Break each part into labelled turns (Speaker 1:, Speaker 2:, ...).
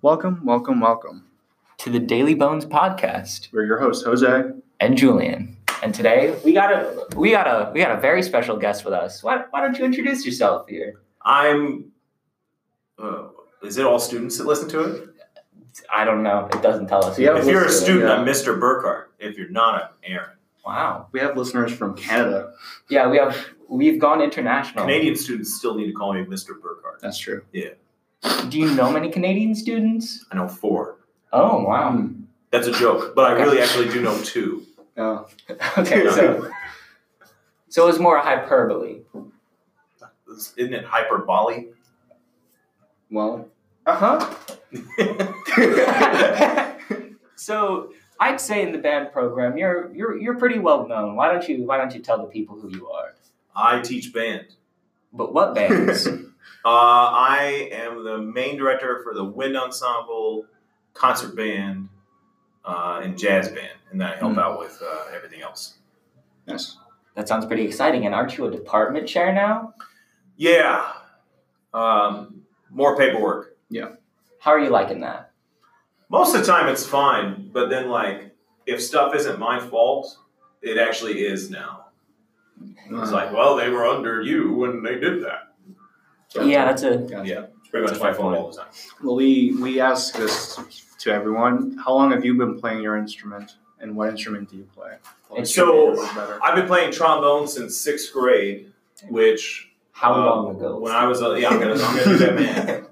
Speaker 1: Welcome, welcome, welcome.
Speaker 2: to the Daily Bones podcast
Speaker 1: We're your hosts, Jose.
Speaker 2: and Julian. And today we got a we got a we got a very special guest with us. Why, why don't you introduce yourself here?
Speaker 3: I'm. Uh, is it all students that listen to it?
Speaker 2: I don't know. It doesn't tell us. who
Speaker 1: Yeah,
Speaker 2: it
Speaker 3: If
Speaker 2: is.
Speaker 1: we'll
Speaker 3: you're a
Speaker 1: see that,
Speaker 3: student,
Speaker 1: yeah.
Speaker 3: I'm Mr. Burkhart. If you're not, I'm Aaron.
Speaker 2: wow.
Speaker 1: We have listeners from Canada.
Speaker 2: Yeah, we have we've gone international.
Speaker 3: Canadian students still need to call me Mr. Burkhart.
Speaker 1: That's true.
Speaker 2: Do you know many Canadian students?
Speaker 3: I know four.
Speaker 2: Oh wow.
Speaker 1: Um,
Speaker 3: That's a joke, but I
Speaker 2: Okay.
Speaker 3: really actually do know two.
Speaker 1: yeah.
Speaker 2: Okay, so so it was more hyperbole.
Speaker 3: Isn't it hyperbole?
Speaker 1: Well, uh-huh.
Speaker 2: Uh
Speaker 1: yeah,
Speaker 2: huh. so I'd say in the band program, you're you're you're pretty well known. Why don't you Why don't you tell the people who you are?
Speaker 3: I teach band.
Speaker 2: But what bands?
Speaker 3: Uh, I am the main director for the wind ensemble, concert band, uh, and jazz band, and then I help
Speaker 1: Mm.
Speaker 3: out with uh, everything else.
Speaker 1: yes.
Speaker 2: That sounds pretty exciting. And aren't you a department chair now?
Speaker 3: Yeah, um, more paperwork.
Speaker 2: How are you liking that?
Speaker 3: Most of the time it's fine, but then like if stuff isn't my fault, it actually is now. It's
Speaker 1: Uh,
Speaker 3: like, well, they were under you when they did that.
Speaker 1: So-
Speaker 2: yeah, that's a.
Speaker 3: Yeah, it's pretty much my fault all the time.
Speaker 1: Well, we we ask this to everyone. How long have you been playing your instrument, and what instrument do you play?
Speaker 3: So-
Speaker 1: Better.
Speaker 3: I've been playing trombone since sixth grade, which
Speaker 2: How
Speaker 3: uh,
Speaker 2: long ago?
Speaker 3: When I was uh, yeah, I'm gonna, I'm gonna do that man.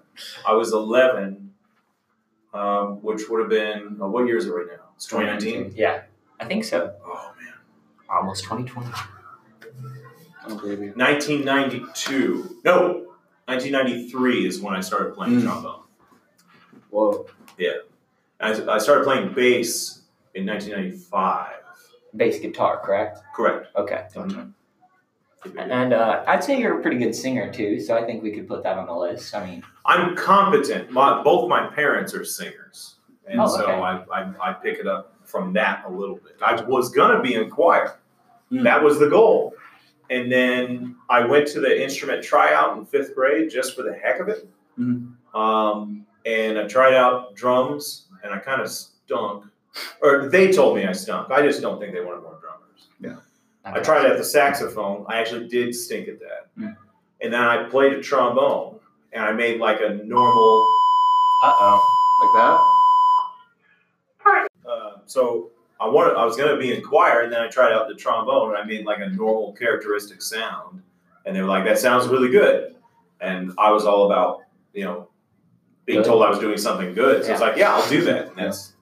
Speaker 3: I was 11, um, which would have been uh, what year is it right now? It's 2019.
Speaker 2: Yeah, I think so.
Speaker 3: Oh man,
Speaker 2: Almost 2020.
Speaker 1: Oh, baby.
Speaker 3: 1992. No, 1993 is when I started playing
Speaker 1: Mm.
Speaker 3: trombone.
Speaker 2: Whoa.
Speaker 3: I, I started playing bass in 1995.
Speaker 2: Bass guitar, correct?
Speaker 3: Correct.
Speaker 2: Okay. And uh, I'd say you're a pretty good singer too, so I think we could put that on the list. I mean,
Speaker 3: I'm competent. My, both my parents are singers. And
Speaker 2: Oh,
Speaker 3: so
Speaker 2: okay.
Speaker 3: I, I, I pick it up from that a little bit. I was going to be in choir,
Speaker 2: Hmm.
Speaker 1: Mm.
Speaker 3: that was the goal. And then I went to the instrument tryout in fifth grade just for the heck of it.
Speaker 1: Mm.
Speaker 2: Hmm.
Speaker 3: Um, and I tried out drums and I kind of stunk. Or they told me I stunk. I just don't think they wanted more drummers. I tried out the saxophone. I actually did stink at that.
Speaker 1: Mm.
Speaker 3: And then I played a trombone and I made like a normal.
Speaker 2: Uh oh.
Speaker 1: Like that?
Speaker 3: Uh, so I wanted, I was going to be in choir and then I tried out the trombone and I made like a normal characteristic sound. And they were like, that sounds really good. And I was all about, you know, being
Speaker 2: Good.
Speaker 3: told I was doing something good. So I was like, yeah, I'll do that. And that's,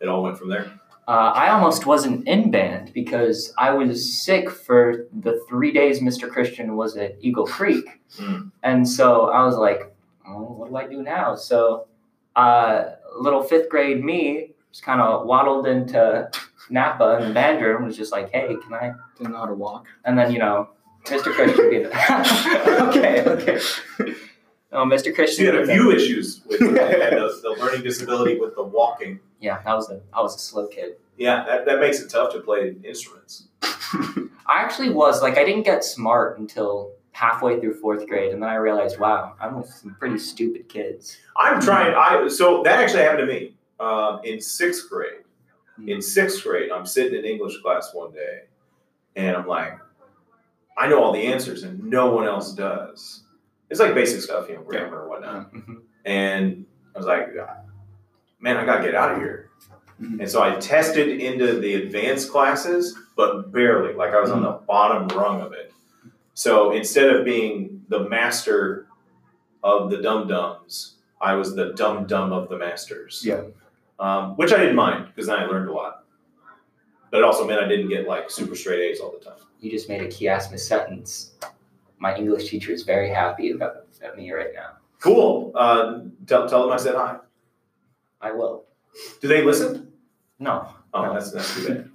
Speaker 3: it all went from there.
Speaker 2: Uh, I almost wasn't in band because I was sick for the three days Mr. Christian was at Eagle Creek.
Speaker 3: Mm.
Speaker 2: And so I was like, oh, what do I do now? So uh, little fifth grade me just kind of waddled into Napa and the band room and was just like, hey, can I?
Speaker 1: Didn't know how to walk.
Speaker 2: And then, you know, Mr. Christian being okay, okay. Oh, Mr.
Speaker 3: She
Speaker 2: Christian.
Speaker 3: had a
Speaker 2: being the-
Speaker 3: few issues with had the, the learning disability with the walking.
Speaker 2: Yeah, I was a, I was a slow kid.
Speaker 3: Yeah, that, that makes it tough to play instruments.
Speaker 2: I actually was like I didn't get smart until halfway through fourth grade, and then I realized, wow, I'm with some pretty stupid kids.
Speaker 3: I'm trying. I so that actually happened to me um, in sixth grade. In sixth grade, I'm sitting in English class one day, and I'm like, I know all the answers, and no one else does. It's like basic stuff, you know, grammar and whatnot.
Speaker 2: Mhm.
Speaker 3: And I was like, man, I gotta get out of here.
Speaker 1: Mhm.
Speaker 3: And so I tested into the advanced classes, but barely. Like I was on the bottom rung of it. So instead of being the master of the dum dums, I was the dum dum of the masters.
Speaker 1: Yeah.
Speaker 3: Um, which I didn't mind because then I learned a lot. But it also meant I didn't get like super straight A's all the time.
Speaker 2: You just made a chiasmus sentence. My English teacher is very happy about at me right now.
Speaker 3: Cool. Uh, tell, tell them I said hi.
Speaker 2: I will.
Speaker 3: Do they listen?
Speaker 2: No,
Speaker 3: Oh, that's, that's too bad.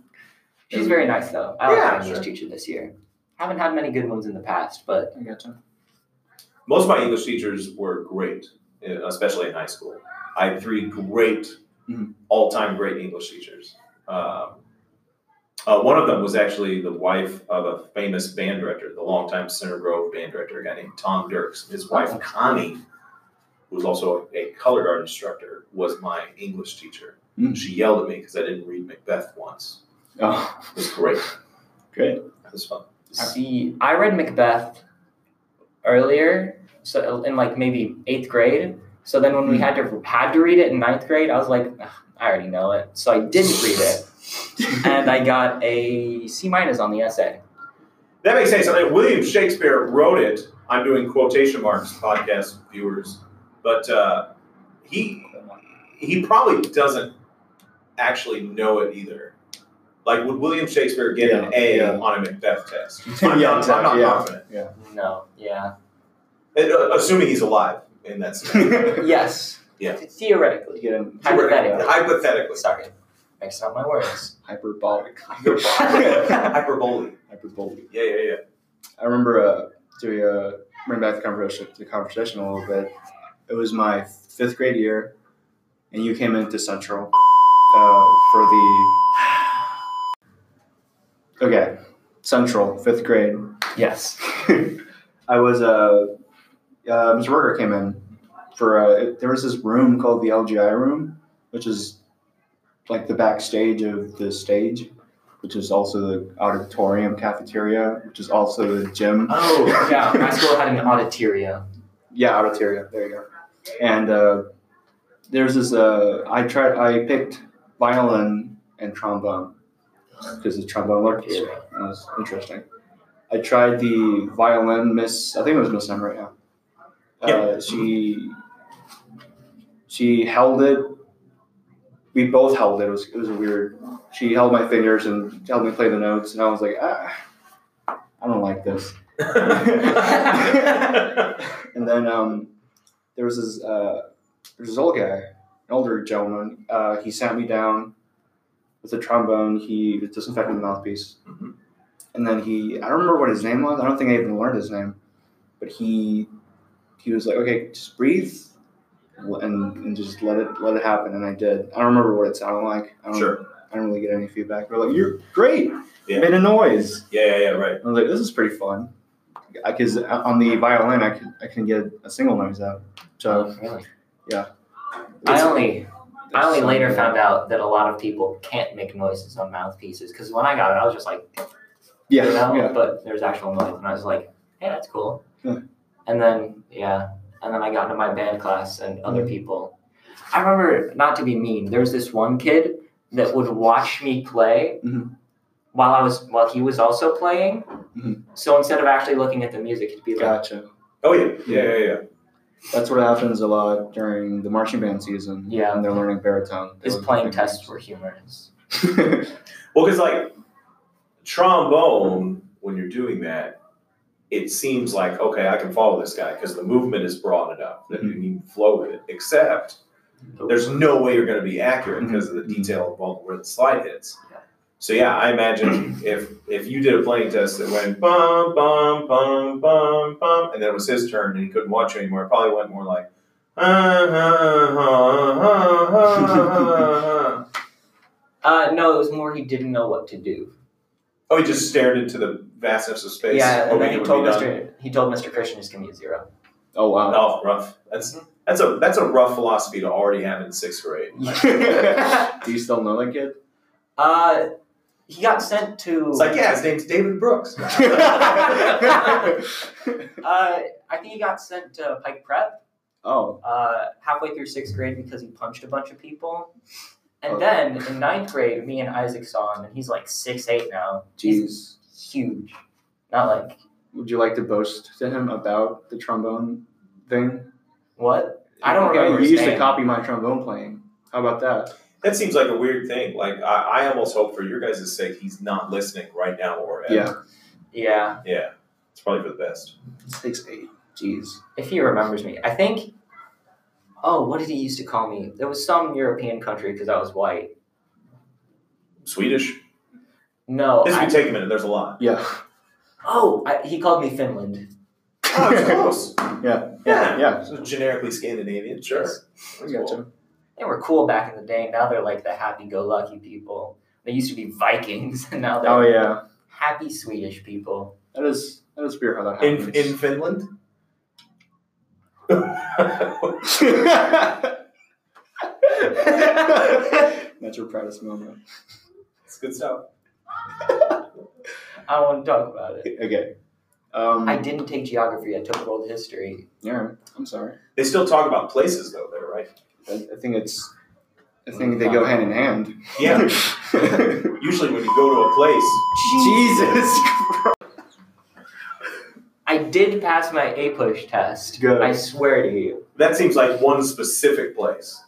Speaker 2: she's very nice though. I like
Speaker 3: Yeah,
Speaker 2: my English
Speaker 3: sure.
Speaker 2: teacher this year. Haven't had many good ones in the past, but
Speaker 1: I gotcha.
Speaker 3: Most of my English teachers were great, eh, especially in high school. I had three great,
Speaker 1: Mhm.
Speaker 3: all time great English teachers. Um, uh, one of them was actually the wife of a famous band
Speaker 1: Oh.
Speaker 3: director, the longtime Center Grove band director, a guy named Tom Dirks. His wife, Connie, who was also a colored art instructor, was my English teacher.
Speaker 1: Mm.
Speaker 3: She yelled at me because I didn't read Macbeth once.
Speaker 1: Oh,
Speaker 3: It was great.
Speaker 1: great.
Speaker 3: It was fun.
Speaker 2: See, I read Macbeth earlier, so in like maybe eighth grade. So then when we had to had to read it in ninth grade, I was like, "Ugh, I already know it. So I didn't read it, and
Speaker 1: uh,
Speaker 2: I got a C minus on the essay.
Speaker 3: That makes sense. Uh, William Shakespeare wrote it. I'm doing quotation marks, podcast viewers, but uh, he he probably doesn't actually know it either. Like, would William Shakespeare get an
Speaker 1: Yeah,
Speaker 3: A
Speaker 1: yeah.
Speaker 3: on a Macbeth test?
Speaker 1: Yeah,
Speaker 3: I'm not, I'm not
Speaker 1: yeah.
Speaker 3: confident.
Speaker 2: No, yeah,
Speaker 3: And, uh, assuming he's alive in that scenario.
Speaker 2: yes,
Speaker 3: Yeah.
Speaker 2: theoretically,
Speaker 1: Get in
Speaker 2: Hypothetically.
Speaker 3: Hypothetically.
Speaker 2: sorry, mixed up my words.
Speaker 1: hyperbolic.
Speaker 3: Hyperbole.
Speaker 1: Hyperbolic.
Speaker 3: Yeah, yeah, yeah.
Speaker 1: I remember uh, doing a bring back the conversation the conversation a little bit. It was my fifth grade year, and you came into Central uh, for the okay Central fifth grade.
Speaker 2: yes,
Speaker 1: I was a uh, uh, Mr. Berger came in for uh, there was this room called the LGI room, which is like the backstage of the stage, which is also the auditorium cafeteria, which is also the gym.
Speaker 3: Oh.
Speaker 2: yeah, my school had an auditoria.
Speaker 1: Yeah, Auditoria. There you go. And uh, there's this. Uh, I tried. I picked violin and trombone because the trombone worked here. That was interesting. I tried the violin. Miss, I think it was Miss Emmer. Yeah. Uh, she she held it. We both held it. It was it was weird. She held my fingers and helped me play the notes, and I was like, ah, I don't like this. And then um, there was this uh, there's this old guy, an older gentleman. Uh, he sat me down with a trombone. He disinfected the mouthpiece,
Speaker 3: Mhm.
Speaker 1: and then he I don't remember what his name was. I don't think I even learned his name, but he he was like, okay, just breathe. And, and just let it let it happen, and I did. I don't remember what it sounded like. I don't,
Speaker 3: sure.
Speaker 1: I don't really get any feedback. They're like, "You're great.
Speaker 3: Yeah.
Speaker 1: You made a noise."
Speaker 3: Yeah, yeah, yeah, right.
Speaker 1: I was like, this is pretty fun. Because on the violin, I can I can get a single noise out. So
Speaker 2: really?
Speaker 1: yeah.
Speaker 2: I only I only
Speaker 1: It's- uh,
Speaker 2: later found out that a lot of people can't make noises on mouthpieces because when I got it, I was just like,
Speaker 1: Yeah,
Speaker 2: you know,
Speaker 1: yeah.
Speaker 2: but there's actual noise, and I was like, hey, that's cool.
Speaker 1: Yeah.
Speaker 2: And then yeah, and then I got into my band class and other people. I remember not to be mean. There was this one kid that would watch me play
Speaker 1: Mhm.
Speaker 2: while I was while he was also playing.
Speaker 1: Mhm.
Speaker 2: So instead of actually looking at the music, he'd be like,
Speaker 1: Gotcha.
Speaker 3: Oh, yeah. Yeah, yeah, yeah.
Speaker 1: That's what happens a lot during the marching band season.
Speaker 2: Yeah.
Speaker 1: And they're learning baritone.
Speaker 2: "His playing tests were humorous."
Speaker 3: Well, because like trombone, when you're doing that, it seems like okay, I can follow this guy because the movement is broad enough that you can flow with it. Except there's no way you're going to be accurate because of the detail involved where the slide hits.
Speaker 2: Yeah.
Speaker 3: So yeah, I imagine if if you did a playing test that went bum bum bum bum bum, and then it was his turn and he couldn't watch you anymore, it probably went more like. "Ah, ah, ah, ah, ah, ah, ah."
Speaker 2: Uh, no, it was more he didn't know what to do.
Speaker 3: Oh, he just stared into the vastness of space.
Speaker 2: Yeah, and
Speaker 3: hoping
Speaker 2: then
Speaker 3: it
Speaker 2: he
Speaker 3: would
Speaker 2: told
Speaker 3: be done.
Speaker 2: Mr. He told Mr. Christian just give me a zero.
Speaker 1: oh wow.
Speaker 3: Oh, rough. That's that's a that's a rough philosophy to already have in sixth grade.
Speaker 1: Do you still know that kid?
Speaker 2: uh, he got sent to.
Speaker 3: It's like, yeah, his name's David Brooks.
Speaker 2: Uh, I think he got sent to Pike Prep
Speaker 1: oh.
Speaker 2: uh, halfway through sixth grade because he punched a bunch of people. And
Speaker 1: Oh.
Speaker 2: then in ninth grade, me and Isaac saw him, and he's like six eight now.
Speaker 1: Jeez.
Speaker 2: He's huge. Not like
Speaker 1: Would you like to boast to him about the trombone thing?
Speaker 2: what? I don't
Speaker 1: Okay,
Speaker 2: remember
Speaker 1: You
Speaker 2: his
Speaker 1: used to
Speaker 2: name.
Speaker 1: copy my trombone playing. How about that?
Speaker 3: that seems like a weird thing. Like I, I almost hope for your guys' sake he's not listening right now or ever.
Speaker 1: Yeah.
Speaker 2: Yeah,
Speaker 3: Yeah. It's probably for the best.
Speaker 1: Six eight. Jeez.
Speaker 2: if he remembers me, I think. Oh, what did he used to call me? There was some European country because I was white.
Speaker 3: Swedish.
Speaker 2: No.
Speaker 3: This
Speaker 2: I-
Speaker 3: would take a minute, there's a lot.
Speaker 1: Yeah.
Speaker 2: oh, I, he called me Finland.
Speaker 3: Oh, it's close.
Speaker 1: Yeah.
Speaker 3: Yeah.
Speaker 1: Yeah.
Speaker 3: So generically Scandinavian, sure.
Speaker 1: I gotcha.
Speaker 2: They were cool back in the day. Now they're like the happy-go-lucky people. They used to be Vikings, and now they're
Speaker 1: Oh yeah.
Speaker 2: happy Swedish people.
Speaker 1: That is that is weird how that happens.
Speaker 3: In in Finland?
Speaker 1: That's your proudest moment.
Speaker 3: it's good stuff.
Speaker 2: I don't want to talk about it.
Speaker 1: Okay. Um,
Speaker 2: I didn't take geography. I took world history.
Speaker 1: Yeah, I'm sorry.
Speaker 3: They still talk about places though, there, right?
Speaker 1: I, I think it's. I think they go hand in hand.
Speaker 3: Yeah. Usually when you go to a place,
Speaker 1: Jesus.
Speaker 2: I did pass my A push test.
Speaker 1: Good.
Speaker 2: I swear to you.
Speaker 3: that seems like one specific place,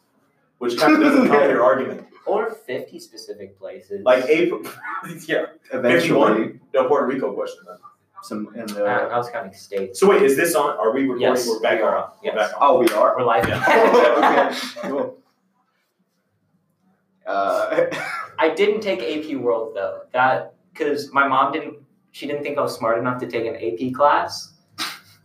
Speaker 3: which kind of doesn't help your argument.
Speaker 2: Or 50 specific places.
Speaker 3: Like April, yeah,
Speaker 1: Eventually,
Speaker 3: no Puerto Rico question then.
Speaker 1: some uh, in
Speaker 2: I,
Speaker 1: the.
Speaker 2: I was counting states.
Speaker 3: So wait, is this on? Are we recording?
Speaker 2: Yes.
Speaker 3: We're back
Speaker 2: we are.
Speaker 3: on. We're
Speaker 2: Yes.
Speaker 3: back on.
Speaker 1: Oh, we are.
Speaker 2: We're live.
Speaker 1: okay. Cool. Uh,
Speaker 2: I didn't take AP World though. That because my mom didn't. She didn't think I was smart enough to take an AP class.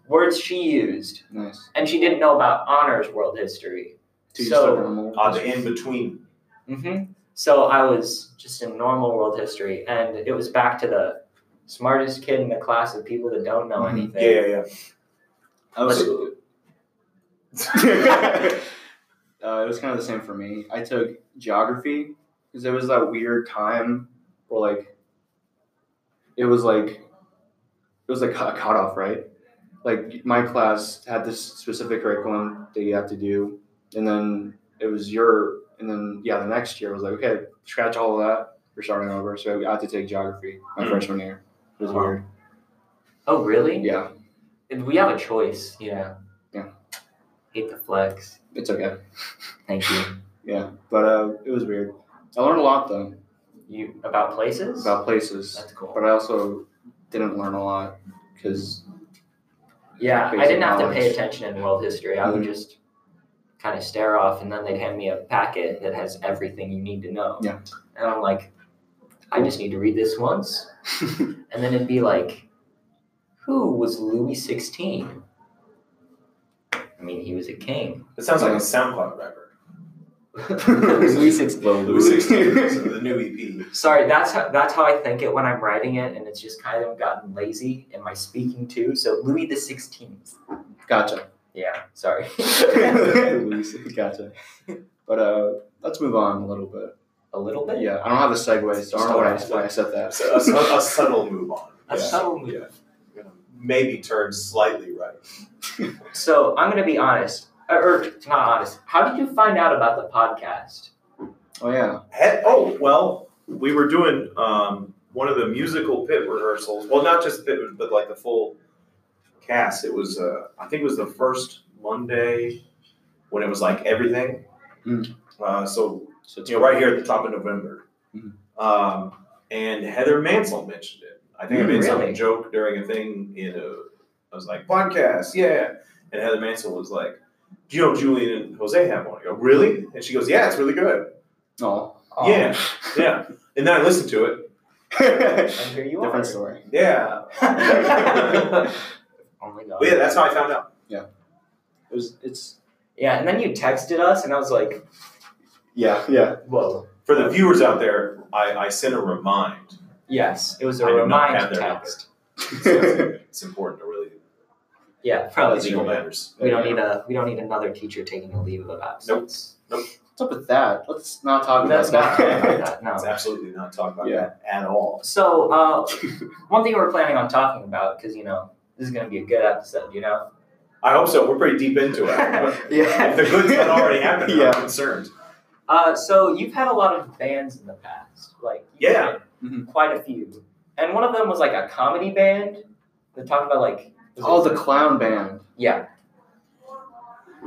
Speaker 2: Words she used,
Speaker 1: nice.
Speaker 2: and she didn't know about honors world history.
Speaker 1: Two
Speaker 2: So-
Speaker 3: Uh, the in between.
Speaker 2: Mm-hmm. So I was just in normal world history, and it was back to the smartest kid in the class of people that don't know
Speaker 1: Mhm.
Speaker 2: anything.
Speaker 3: Yeah, yeah, yeah.
Speaker 1: I was, uh, it Uh, was kind of the same for me. I took geography because it was that weird time where like it was like it was like a cutoff, right? Like my class had this specific curriculum that you have to do, and then it was your, and then yeah, the next year was like okay, scratch all of that, we're starting over. So I had to take geography my
Speaker 3: Mm.
Speaker 1: freshman year. It was
Speaker 2: Wow.
Speaker 1: weird.
Speaker 2: Oh, really?
Speaker 1: Yeah,
Speaker 2: And We have a choice. Yeah.
Speaker 1: Yeah.
Speaker 2: Hate the flex.
Speaker 1: it's okay.
Speaker 2: Thank you.
Speaker 1: Yeah, but uh, it was weird. I learned a lot though
Speaker 2: You about places?
Speaker 1: about places,
Speaker 2: That's cool.
Speaker 1: but I also didn't learn a lot because
Speaker 2: Yeah, I
Speaker 1: basic
Speaker 2: didn't have to pay
Speaker 1: knowledge. Mm-hmm.
Speaker 2: attention in world history. I would just kind of stare off, and then they'd hand me a packet that has everything you need to know.
Speaker 1: Yeah.
Speaker 2: And I'm like, I just need to read this once. And then it'd be like, who was Louis XVI? I mean, he was a king.
Speaker 3: It sounds like a SoundCloud rapper.
Speaker 1: Louis six
Speaker 3: Louis XVI, the new E EP.
Speaker 2: Sorry, that's how, that's how I think it when I'm writing it, and it's just kind of gotten lazy in my speaking too. So Louis the Sixteenth.
Speaker 1: Gotcha.
Speaker 2: Yeah, sorry.
Speaker 1: Louis, gotcha. But uh, let's move on a little bit.
Speaker 2: a little bit.
Speaker 1: Yeah, I don't have a segue, so I don't know why I, why I said
Speaker 3: That's a, a su-
Speaker 1: that.
Speaker 3: a subtle move on.
Speaker 2: A
Speaker 3: Yeah.
Speaker 2: subtle move.
Speaker 3: Yeah. You're gonna Maybe turn slightly right.
Speaker 2: So I'm gonna be honest, or, or not honest. How did you find out about the podcast?
Speaker 1: oh yeah.
Speaker 3: He- oh well, we were doing um, one of the musical pit rehearsals. Well, not just pit, but like the full cast. It was uh, I think it was the first Monday when it was like everything.
Speaker 1: Mm.
Speaker 3: Uh, so
Speaker 1: So
Speaker 3: you know, right here at the top of November.
Speaker 2: Mm.
Speaker 1: Mhm.
Speaker 3: Um, and Heather Mansell mentioned it. I think I
Speaker 2: Mm,
Speaker 3: made some
Speaker 2: really?
Speaker 3: joke during a thing in a. I was like podcast, yeah. And Heather Mansell was like, "Do you know Julian and Jose have one?" I go, "Really?" And she goes, "Yeah, it's really good."
Speaker 1: Oh.
Speaker 3: Yeah, yeah. And then I listened to it.
Speaker 1: Different
Speaker 2: And here you are.
Speaker 1: story.
Speaker 3: Yeah.
Speaker 2: oh my god.
Speaker 3: But yeah, that's how I found out.
Speaker 1: It was. It's.
Speaker 2: Yeah, and then you texted us, and I was like,
Speaker 1: Yeah. Yeah.
Speaker 2: whoa.
Speaker 3: For the viewers out there, I, I sent a remind.
Speaker 2: Yes, it was a
Speaker 3: I do not have
Speaker 2: remind
Speaker 3: their number.
Speaker 2: text.
Speaker 3: So it's, it's important to really
Speaker 2: Yeah,
Speaker 3: follow
Speaker 2: probably.
Speaker 3: legal
Speaker 1: true.
Speaker 3: matters.
Speaker 2: We don't need a we don't need another teacher taking a leave of absence. Uh,
Speaker 1: What's up with that? Let's not talk about
Speaker 2: That's not
Speaker 1: that.
Speaker 2: that. No.
Speaker 3: It's absolutely not talk about
Speaker 1: Yeah.
Speaker 3: that at all.
Speaker 2: So uh, one thing we're planning on talking about, because you know this is gonna be a good episode, you know.
Speaker 3: I hope so. We're pretty deep into it. But
Speaker 1: yeah.
Speaker 3: if the good's not already happened,
Speaker 1: Yeah.
Speaker 3: I'm concerned.
Speaker 2: Uh, so you've had a lot of bands in the past, like you've
Speaker 3: Yeah. Mm-hmm.
Speaker 2: had
Speaker 1: Mhm.
Speaker 2: quite a few, and one of them was like a comedy band that talked about like was
Speaker 1: Oh,
Speaker 2: it-
Speaker 1: the clown band.
Speaker 2: yeah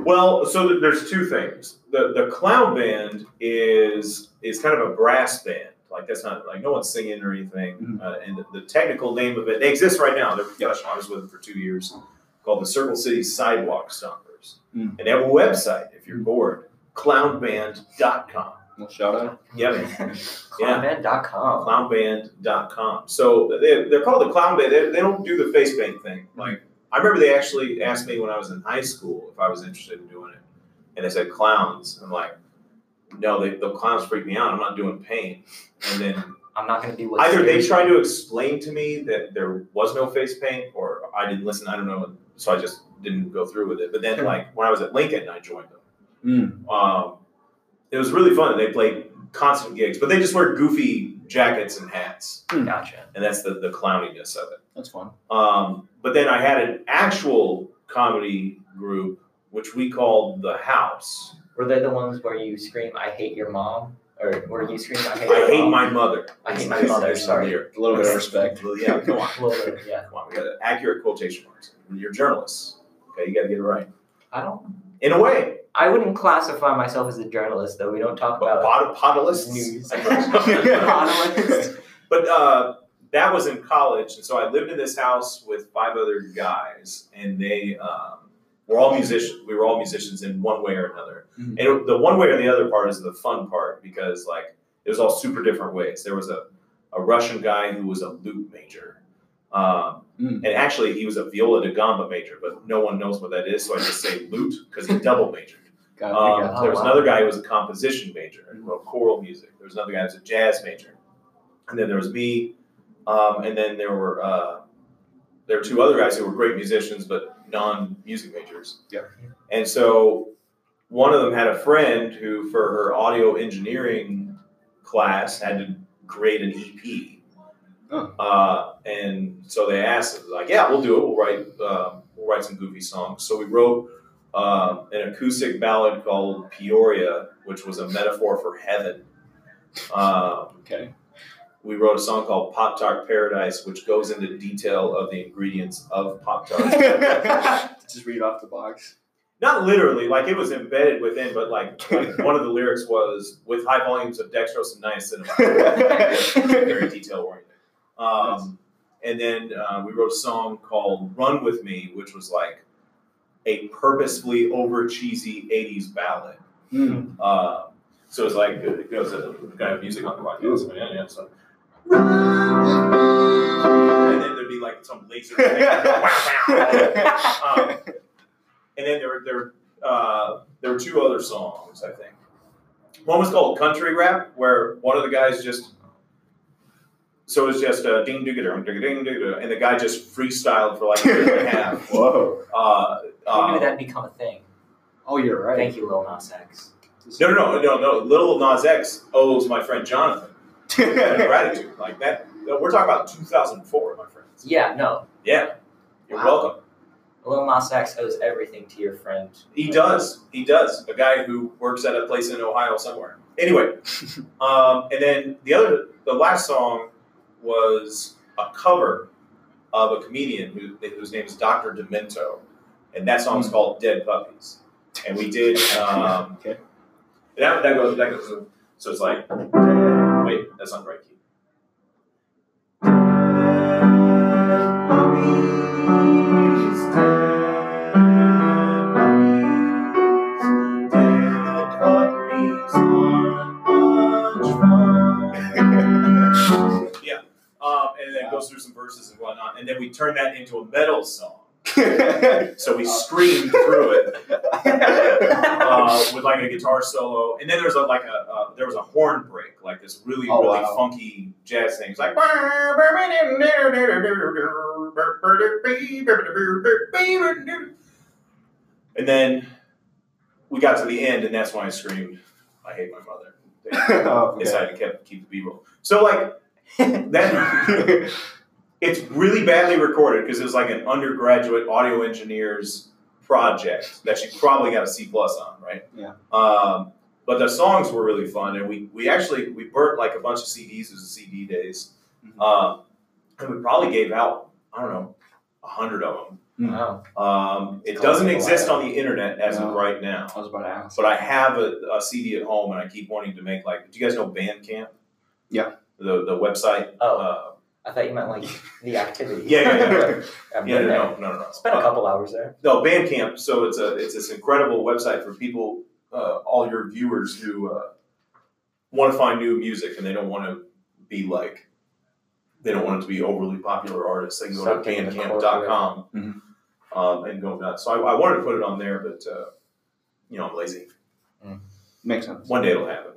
Speaker 3: Well, so th- there's two things. The the clown band is is kind of a brass band. Like that's not like no one's singing or anything.
Speaker 1: Mhm.
Speaker 3: Uh, and the, the technical name of it, they exist right now. They're professional. I was with them for two years. Called the Circle City Sidewalk Stompers,
Speaker 1: Mm.
Speaker 3: and they have a website if you're bored. Clownband.com.
Speaker 1: Well, shout out.
Speaker 3: Yeah, man.
Speaker 2: clownband.com.
Speaker 3: clownband.com. So they, they're called the clown band. They, they don't do the face paint thing. Like I remember they actually asked me when I was in high school if I was interested in doing it, and they said clowns. I'm like, no, they, the clowns freak me out. I'm not doing paint. And then
Speaker 2: I'm not gonna do what
Speaker 3: either they
Speaker 2: Siri-
Speaker 3: tried to explain to me that there was no face paint, or I didn't listen. I don't know. so I just didn't go through with it. But then, like when I was at Lincoln, I joined them.
Speaker 1: Mm.
Speaker 3: Um, it was really fun. They played constant gigs, but they just wear goofy jackets and hats,
Speaker 2: Gotcha.
Speaker 3: and that's the the clowniness of it.
Speaker 1: That's fun.
Speaker 3: Um, but then I had an actual comedy group, which we called The House.
Speaker 2: Were they the ones where you scream, "I hate your mom," or where you scream, "I hate,
Speaker 3: I
Speaker 2: your
Speaker 3: hate
Speaker 2: mom"?
Speaker 3: my mother.
Speaker 2: I hate
Speaker 3: It's
Speaker 2: my
Speaker 3: nice-
Speaker 2: mother,
Speaker 3: it's
Speaker 2: sorry.
Speaker 3: weird.
Speaker 1: A little bit of respect.
Speaker 3: Well, yeah, come on.
Speaker 2: Well, yeah,
Speaker 3: Come on, we got accurate quotation marks. You're journalists. Okay, you got to get it right.
Speaker 2: I don't.
Speaker 3: In a way,
Speaker 2: I wouldn't classify myself as a journalist, though. We don't talk about
Speaker 3: pod-
Speaker 2: news.
Speaker 3: podalists.
Speaker 2: Journalist.
Speaker 3: But uh, that was in college, and so I lived in this house with five other guys, and they um, were all musicians. We were all musicians in one way or another.
Speaker 1: Mhm.
Speaker 3: And it- the one way or the other part is the fun part because like it was all super different ways. There was a, a Russian guy who was a lute major. Um,
Speaker 1: Mm.
Speaker 3: And actually, he was a viola da gamba major, but no one knows what that is, so I just say lute because he double majored.
Speaker 1: Got
Speaker 3: Um,
Speaker 1: it.
Speaker 3: there was
Speaker 2: wow.
Speaker 3: another guy who was a composition major and wrote choral music. There was another guy who was a jazz major, and then there was me, um, and then there were uh, there were two other guys who were great musicians but non music majors.
Speaker 1: Yeah.
Speaker 3: And so one of them had a friend who, for her audio engineering class, had to create an EP.
Speaker 1: Oh.
Speaker 3: Uh, and so they asked us, like, "Yeah, we'll do it. We'll write uh, we'll write some goofy songs." So we wrote um, an acoustic ballad called Peoria, which was a metaphor for heaven. Um,
Speaker 1: Okay.
Speaker 3: we wrote a song called Pop Tart Paradise, which goes into detail of the ingredients of Pop Tart.
Speaker 1: Just read off the box.
Speaker 3: Not literally, like it was embedded within, but like, like one of the lyrics was with high volumes of dextrose and niacin. very detail oriented. Um, and then uh, we wrote a song called "Run with Me," which was like a purposefully over cheesy '80s ballad.
Speaker 1: Mm.
Speaker 3: Uh, so it's like it goes uh, kind of music on the podcast. Yeah, yeah. So. And then there'd be like some laser. thing. um, and then there were there were, uh, there were two other songs I think. One was called Country Rap, where one of the guys just so it was just uh, ding ding ding ding ding ding, and the guy just freestyled for like a minute and a half.
Speaker 1: Whoa.
Speaker 3: Uh,
Speaker 2: Who
Speaker 3: uh,
Speaker 2: knew that'd become a thing?
Speaker 1: Oh, you're right.
Speaker 2: Thank you, Lil Nas X.
Speaker 3: no, no, no, no, no. Little Nas X owes my friend Jonathan. Yeah,
Speaker 1: Oh,
Speaker 3: gratitude. Like that. We're talking about 2004, my friends.
Speaker 2: Yeah, no.
Speaker 3: Yeah. You're
Speaker 2: Wow.
Speaker 3: welcome.
Speaker 2: Lil Nas X owes everything to your friend.
Speaker 3: He does. He does. A guy who works at a place in Ohio somewhere. Anyway, um, and then the other, the last song was a cover of a comedian who, whose name is Dr. Demento, and that song's called "Dead Puppies." And we did. Um,
Speaker 1: Okay.
Speaker 3: That, that goes. That goes. So it's like. Wait, that's not the right key. Yeah, um, and then it goes through some verses and whatnot, and then we turn that into a metal song. So we scream through it
Speaker 2: Um,
Speaker 3: uh, with like a guitar solo, and then there's a like a uh, there was a horn break, like this really
Speaker 1: Oh,
Speaker 3: really
Speaker 1: wow.
Speaker 3: funky jazz thing. It's like and then we got to the end, and that's when I screamed, "I hate my mother."
Speaker 1: Oh, okay.
Speaker 3: It's how I kept keep the B roll. So like that, it's really badly recorded because it was like an undergraduate audio engineer's project that she probably got a C plus on, right?
Speaker 1: Yeah.
Speaker 3: Um, but the songs were really fun, and we we actually we burnt like a bunch of CDs. It was a CD days,
Speaker 1: Mhm.
Speaker 3: um, and we probably gave out I don't know a hundred of them.
Speaker 2: Wow.
Speaker 3: Um, it doesn't
Speaker 2: Quite a
Speaker 3: exist
Speaker 2: lot.
Speaker 3: on the internet as of
Speaker 1: No.
Speaker 3: right now,
Speaker 1: I was about to ask.
Speaker 3: but I have a, a CD at home, and I keep wanting to make like. Do you guys know Bandcamp?
Speaker 1: Yeah.
Speaker 3: The the website.
Speaker 2: Oh,
Speaker 3: Uh,
Speaker 2: I thought you meant like the activity.
Speaker 3: Yeah, yeah,
Speaker 1: yeah.
Speaker 2: I've
Speaker 3: yeah,
Speaker 2: been there.
Speaker 3: no, no, no, no.
Speaker 2: Spent a
Speaker 3: Uh,
Speaker 2: couple hours there.
Speaker 3: No, Bandcamp. So it's a it's this incredible website for people, uh, all your viewers who uh, want to find new music and they don't want to be like they don't want it to be overly popular artists. They can go
Speaker 2: Sucked
Speaker 3: to
Speaker 2: into the
Speaker 3: Bandcamp.com
Speaker 1: Mhm.
Speaker 3: um, and go nuts. So I, I wanted to put it on there, but uh, you know I'm lazy.
Speaker 1: Makes sense.
Speaker 3: One day it'll happen.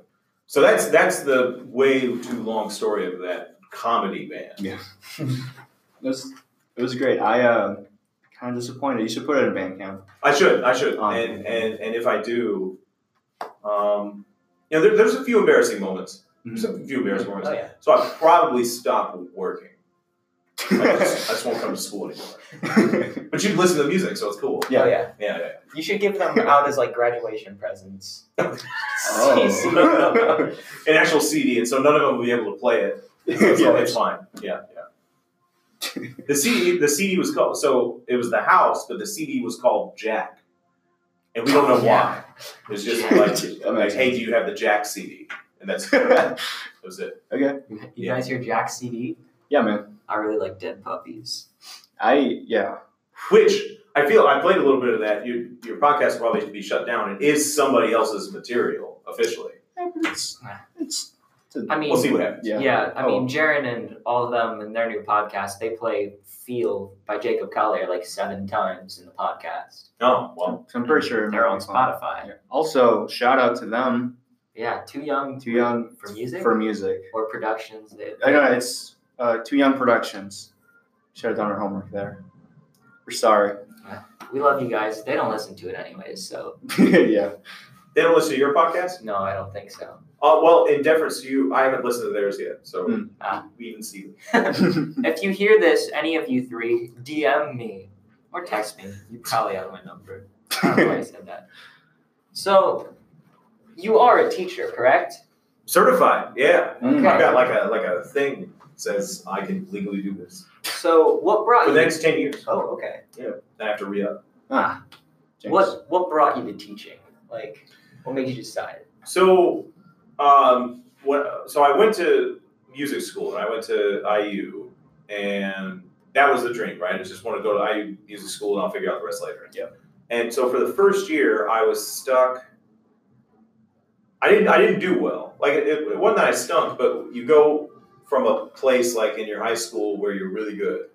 Speaker 3: So that's that's the way too long story of that comedy band.
Speaker 1: It was, it was great. I uh, kind of disappointed. You should put it in Bandcamp.
Speaker 3: I should, I should,
Speaker 1: Um,
Speaker 3: and and and if I do, um, you know, there, there's a few embarrassing moments. There's a few embarrassing moments.
Speaker 2: Oh yeah.
Speaker 3: So I probably stop working. I just, I just won't come to school anymore. But you can listen to the music, so it's cool.
Speaker 1: Yeah.
Speaker 2: Oh yeah.
Speaker 3: Yeah, yeah.
Speaker 2: You should give them out as like graduation presents.
Speaker 1: Oh.
Speaker 3: An actual CD, and so none of them will be able to play it. So it's, it's fine. Yeah, yeah. The CD, the CD was called. So it was the house, but the CD was called Jack, and we don't know why.
Speaker 2: Yeah.
Speaker 3: It was just like, like,
Speaker 1: Amazing.
Speaker 3: hey, do you have the Jack CD? And that's that
Speaker 1: yeah,
Speaker 3: was it.
Speaker 2: You
Speaker 3: Yeah.
Speaker 2: guys hear Jack CD?
Speaker 1: man.
Speaker 2: I really like Dead Puppies.
Speaker 1: I yeah.
Speaker 3: Which I feel I played a little bit of that. Your your podcast will probably be shut down. It is somebody else's material officially.
Speaker 1: It's it's. it's a-
Speaker 2: I mean,
Speaker 3: We'll see what happens.
Speaker 1: yeah.
Speaker 2: I
Speaker 1: Oh.
Speaker 2: mean, Jaron and all of them in their new podcast, they play "Feel" by Jacob Collier like seven times in the podcast.
Speaker 3: Oh well,
Speaker 1: So I'm pretty sure
Speaker 2: they're on
Speaker 1: Marilyn's on.
Speaker 2: Spotify.
Speaker 1: Yeah. Also, shout out to them.
Speaker 2: Yeah, too young
Speaker 1: Too young
Speaker 2: for music
Speaker 1: for music.
Speaker 2: or productions. They,
Speaker 1: I know it's uh, Too Young Productions. Should have done our homework there. We're sorry.
Speaker 2: we love you guys. They don't listen to it anyways, so
Speaker 1: yeah.
Speaker 3: they don't listen to your podcast.
Speaker 2: no, I don't think so.
Speaker 3: Uh, well, in deference to you, I haven't listened to theirs yet, so
Speaker 1: Hmm.
Speaker 2: Ah.
Speaker 3: we even see.
Speaker 1: Mm.
Speaker 2: If you hear this, any of you three, DM me or text me. You probably have my number. I don't know why I said that. So, you are a teacher, correct?
Speaker 3: Certified, yeah. I've
Speaker 1: Mm.
Speaker 3: got like a like a thing that says I can legally do this
Speaker 2: So, what brought
Speaker 3: for
Speaker 2: you?
Speaker 3: the next ten years.
Speaker 2: oh, okay.
Speaker 3: I have to re up.
Speaker 1: Ah, James.
Speaker 2: What what brought you to teaching? Like, what made you decide?
Speaker 3: So, um, what? So I went to music school and I went to IU, and that was the dream, right? I just want to go to IU music school and I'll figure out the rest later.
Speaker 1: Yeah.
Speaker 3: And so for the first year, I was stuck. I didn't. I didn't do well. Like it, it wasn't that I stunk, but you go from a place like in your high school where you're really good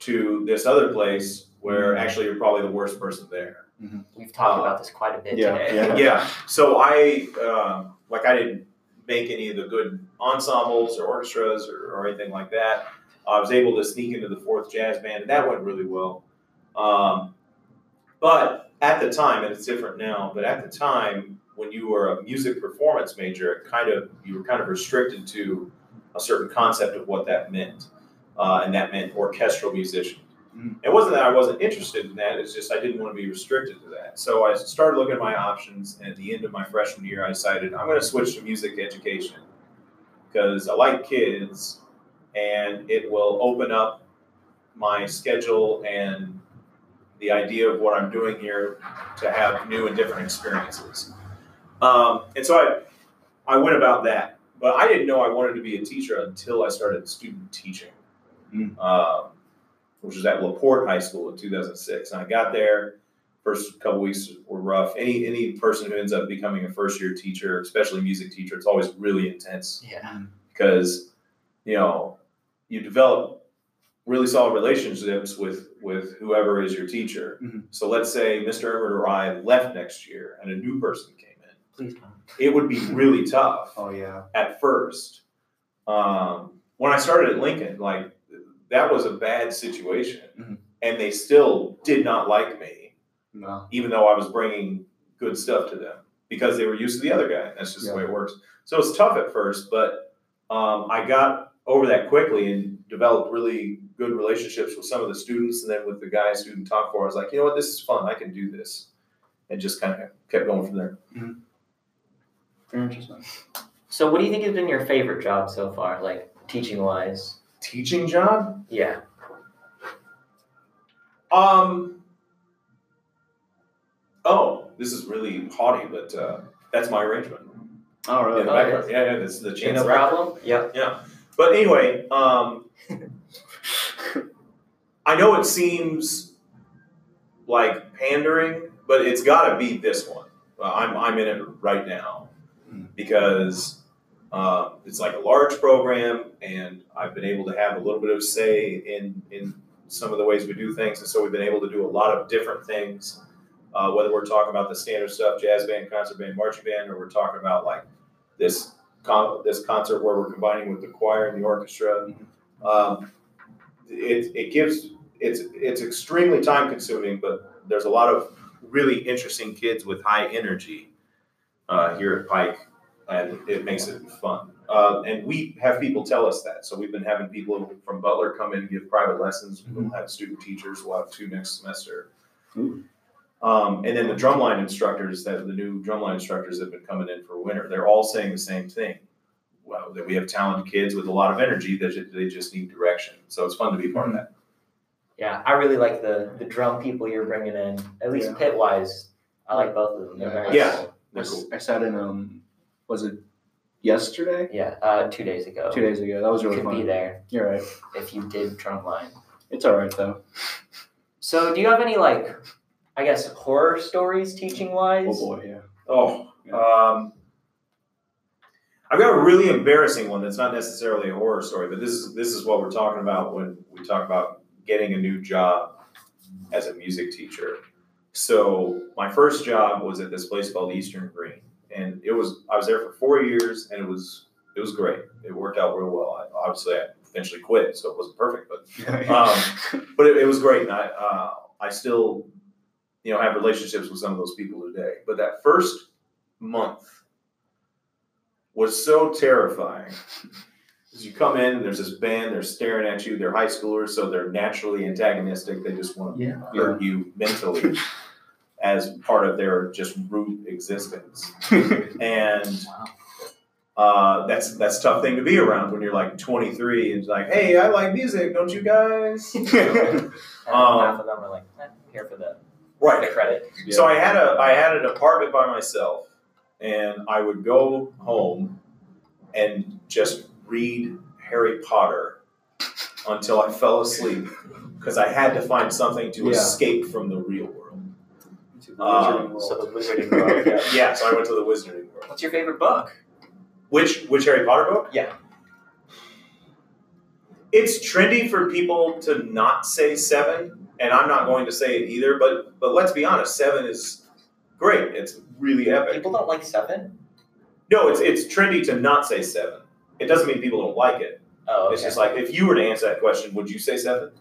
Speaker 3: to this other place where actually you're probably the worst person there
Speaker 2: We've talked
Speaker 3: Uh,
Speaker 2: about this quite a bit
Speaker 1: yeah,
Speaker 2: today.
Speaker 1: yeah.
Speaker 3: yeah. So I um, like I didn't make any of the good ensembles or orchestras or, or anything like that. I was able to sneak into the fourth jazz band, and that went really well. Um, but at the time, and it's different now. But at the time, when you were a music performance major, it kind of you were kind of restricted to a certain concept of what that meant, uh, and that meant orchestral musician.
Speaker 1: Mm.
Speaker 3: It wasn't that I wasn't interested in that; it's just I didn't want to be restricted to that. So I started looking at my options, and at the end of my freshman year, I decided I'm going to switch to music education because I like kids, and it will open up my schedule and the idea of what I'm doing here to have new and different experiences. Um, and so I I went about that, but I didn't know I wanted to be a teacher until I started student teaching,
Speaker 1: Mm.
Speaker 3: um, which was at Laporte High School in 2006. And I got there. First couple weeks were rough. Any any person who ends up becoming a first year teacher, especially music teacher, it's always really intense
Speaker 2: Yeah.
Speaker 3: because you know you develop really solid relationships with with whoever is your teacher.
Speaker 1: Mhm.
Speaker 3: So let's say Mr. Everett or I left next year and a new person came in.
Speaker 2: Please don't.
Speaker 3: It would be really tough
Speaker 1: Oh yeah.
Speaker 3: at first. Um, when I started at Lincoln, like that was a bad situation,
Speaker 1: Mhm.
Speaker 3: and they still did not like me,
Speaker 1: No.
Speaker 3: even though I was bringing good stuff to them because they were used to the other guy. That's just
Speaker 1: Yeah.
Speaker 3: the way it works. So it's tough at first, but um, I got over that quickly and developed really good relationships with some of the students, and then with the guys who talked for. I was like, you know what, this is fun. I can do this, and just kind of kept going from there.
Speaker 1: Very interesting.
Speaker 2: So, what do you think has been your favorite job so far, like teaching wise?
Speaker 3: Teaching job.
Speaker 2: Yeah.
Speaker 3: Um. Oh, this is really haughty, but uh, that's my arrangement.
Speaker 1: Oh
Speaker 3: Yeah,
Speaker 1: really?
Speaker 3: the
Speaker 2: Oh,
Speaker 3: background. yeah, yeah, this is the
Speaker 2: No
Speaker 3: chance.
Speaker 2: problem. Yep.
Speaker 3: But anyway, um, I know it seems like pandering, but it's got to be this one. Well, I'm I'm in it right now
Speaker 1: Hmm.
Speaker 3: because uh, it's like a large program, and I've been able to have a little bit of say in in some of the ways we do things, and so we've been able to do a lot of different things. Uh, whether we're talking about the standard stuff, jazz band, concert band, marching band, or we're talking about like this con- this concert where we're combining with the choir and the orchestra. Um, it, it gives it's it's extremely time consuming, but there's a lot of really interesting kids with high energy uh, here at Pike, and it makes it fun. Uh, and we have people tell us that. So we've been having people from Butler come in and give private lessons. We'll have student teachers. We'll have two next semester.
Speaker 1: Ooh.
Speaker 3: Um, and then the drumline instructors that the new drumline instructors that have been coming in for winter, they're all saying the same thing. Well, that we have talented kids with a lot of energy that ju- they just need direction. So it's fun to be part of that.
Speaker 2: Yeah, I really like the the drum people you're bringing in. At least
Speaker 1: Yeah.
Speaker 2: pit wise, I like both of them. They're very
Speaker 3: Yeah.
Speaker 2: cool.
Speaker 1: I,
Speaker 3: They're
Speaker 1: s-
Speaker 3: cool.
Speaker 1: I sat in um was it yesterday?
Speaker 2: Yeah, uh, two days ago.
Speaker 1: Two days ago. That was really
Speaker 2: Could
Speaker 1: fun.
Speaker 2: be there
Speaker 1: You're right.
Speaker 2: if you did drumline.
Speaker 1: It's all right though.
Speaker 2: So, do you have any like, I guess, horror stories teaching wise?
Speaker 1: Oh boy, yeah.
Speaker 3: Oh, um, I've got a really embarrassing one that's not necessarily a horror story, but this is this is what we're talking about when we talk about getting a new job as a music teacher. So my first job was at this place called Eastern Green, and it was I was there for four years, and it was it was great. It worked out real well. I, obviously, I eventually quit, so it wasn't perfect, but Um, but it, it was great, and I uh, I still you know have relationships with some of those people today. But that first month was so terrifying. 'Cause you come in and there's this band, they're staring at you. They're high schoolers, so they're naturally antagonistic. They just want to
Speaker 2: Yeah.
Speaker 3: hurt you mentally as part of their just root existence, and
Speaker 2: Wow.
Speaker 3: uh, that's that's a tough thing to be around when you're like 23 and it's like, hey, I like music, don't you guys?
Speaker 2: And
Speaker 3: Um,
Speaker 2: half of them are like, eh, I'm here for the, for the
Speaker 3: right.
Speaker 2: credit.
Speaker 3: So I had a I had an apartment by myself, and I would go home and just read Harry Potter until I fell asleep because I had to find something to
Speaker 1: Yeah.
Speaker 3: escape from the real world.
Speaker 1: To the
Speaker 3: Um,
Speaker 1: wizarding world.
Speaker 2: So the wizarding world. yeah.
Speaker 3: Yeah, so I went to the Wizarding World.
Speaker 2: What's your favorite book?
Speaker 3: Which which Harry Potter book?
Speaker 2: Yeah.
Speaker 3: It's trendy for people to not say seven, and I'm not going to say it either. But but let's be honest, seven is great. It's really epic.
Speaker 2: People don't like Seven.
Speaker 3: No, it's it's trendy to not say seven. It doesn't mean people don't like it.
Speaker 2: Oh, okay.
Speaker 3: It's just like if you were to answer that question, would you say seven?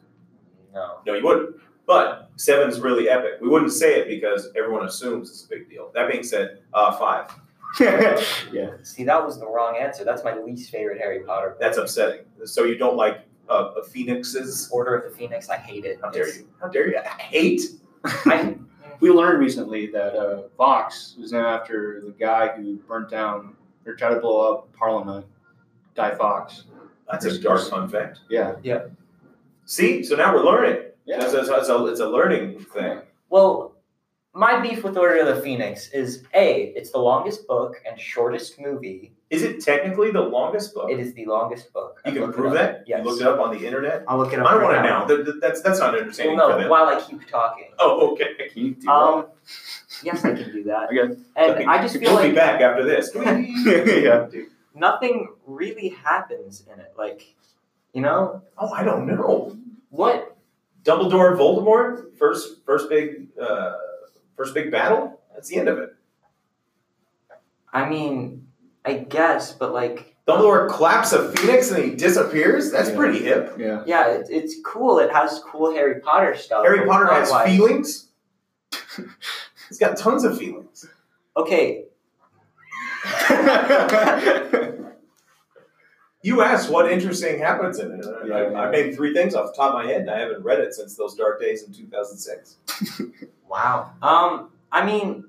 Speaker 2: no.
Speaker 3: No, you wouldn't. But seven's really epic. We wouldn't say it because everyone assumes it's a big deal. That being said, uh, five.
Speaker 2: See, that was the wrong answer. That's my least favorite Harry Potter. book.
Speaker 3: That's upsetting. So you don't like uh, phoenixes?
Speaker 2: Order of the Phoenix. I hate it.
Speaker 3: How dare
Speaker 2: It's-
Speaker 3: you? How dare you? I hate
Speaker 2: I,
Speaker 1: we learned recently that uh, Vox was named after the guy who burnt down or tried to blow up Parliament, Guy Fox.
Speaker 3: That's a dark fun fact.
Speaker 1: Yeah.
Speaker 3: See, so now we're learning.
Speaker 1: Yeah.
Speaker 3: It's, a, it's a- it's a learning thing.
Speaker 2: Well, my beef with Order of the Phoenix is A, it's the longest book and shortest movie.
Speaker 3: Is it technically the longest book?
Speaker 2: It is the longest book.
Speaker 3: you
Speaker 2: I
Speaker 3: can
Speaker 2: looked it
Speaker 3: prove
Speaker 2: up.
Speaker 3: that?
Speaker 2: Yes.
Speaker 3: You looked it up on the internet?
Speaker 2: I'll look it
Speaker 3: I
Speaker 2: up.
Speaker 3: don't
Speaker 2: right
Speaker 3: want to know. That- that- that's, that's not
Speaker 2: Well,
Speaker 3: entertaining for
Speaker 2: no,
Speaker 3: them.
Speaker 2: while I keep talking.
Speaker 3: Oh, okay.
Speaker 1: Can you do
Speaker 2: Um, yes, I can do that.
Speaker 1: Okay.
Speaker 2: And I just feel
Speaker 3: We'll be
Speaker 2: like
Speaker 3: back after this.
Speaker 1: Yeah.
Speaker 2: nothing really happens in it. Like, you know,
Speaker 3: Oh, I don't know.
Speaker 2: what?
Speaker 3: Dumbledore and Voldemort? First first big uh, first big battle? That's the end of it.
Speaker 2: I mean, I guess, but like,
Speaker 3: Dumbledore claps a phoenix and he disappears? That's
Speaker 1: Yeah.
Speaker 3: pretty hip.
Speaker 1: that? Yeah.
Speaker 2: yeah, it, it's cool. It has cool Harry Potter stuff.
Speaker 3: Harry
Speaker 2: but
Speaker 3: Potter has
Speaker 2: plot-wise-
Speaker 3: feelings. He's got tons of feelings.
Speaker 2: Okay,
Speaker 3: You asked what interesting happens in it.
Speaker 1: Yeah,
Speaker 3: I,
Speaker 1: yeah.
Speaker 3: I named three things off the top of my head, and I haven't read it since those dark days in 2006.
Speaker 2: Wow. Um, I mean,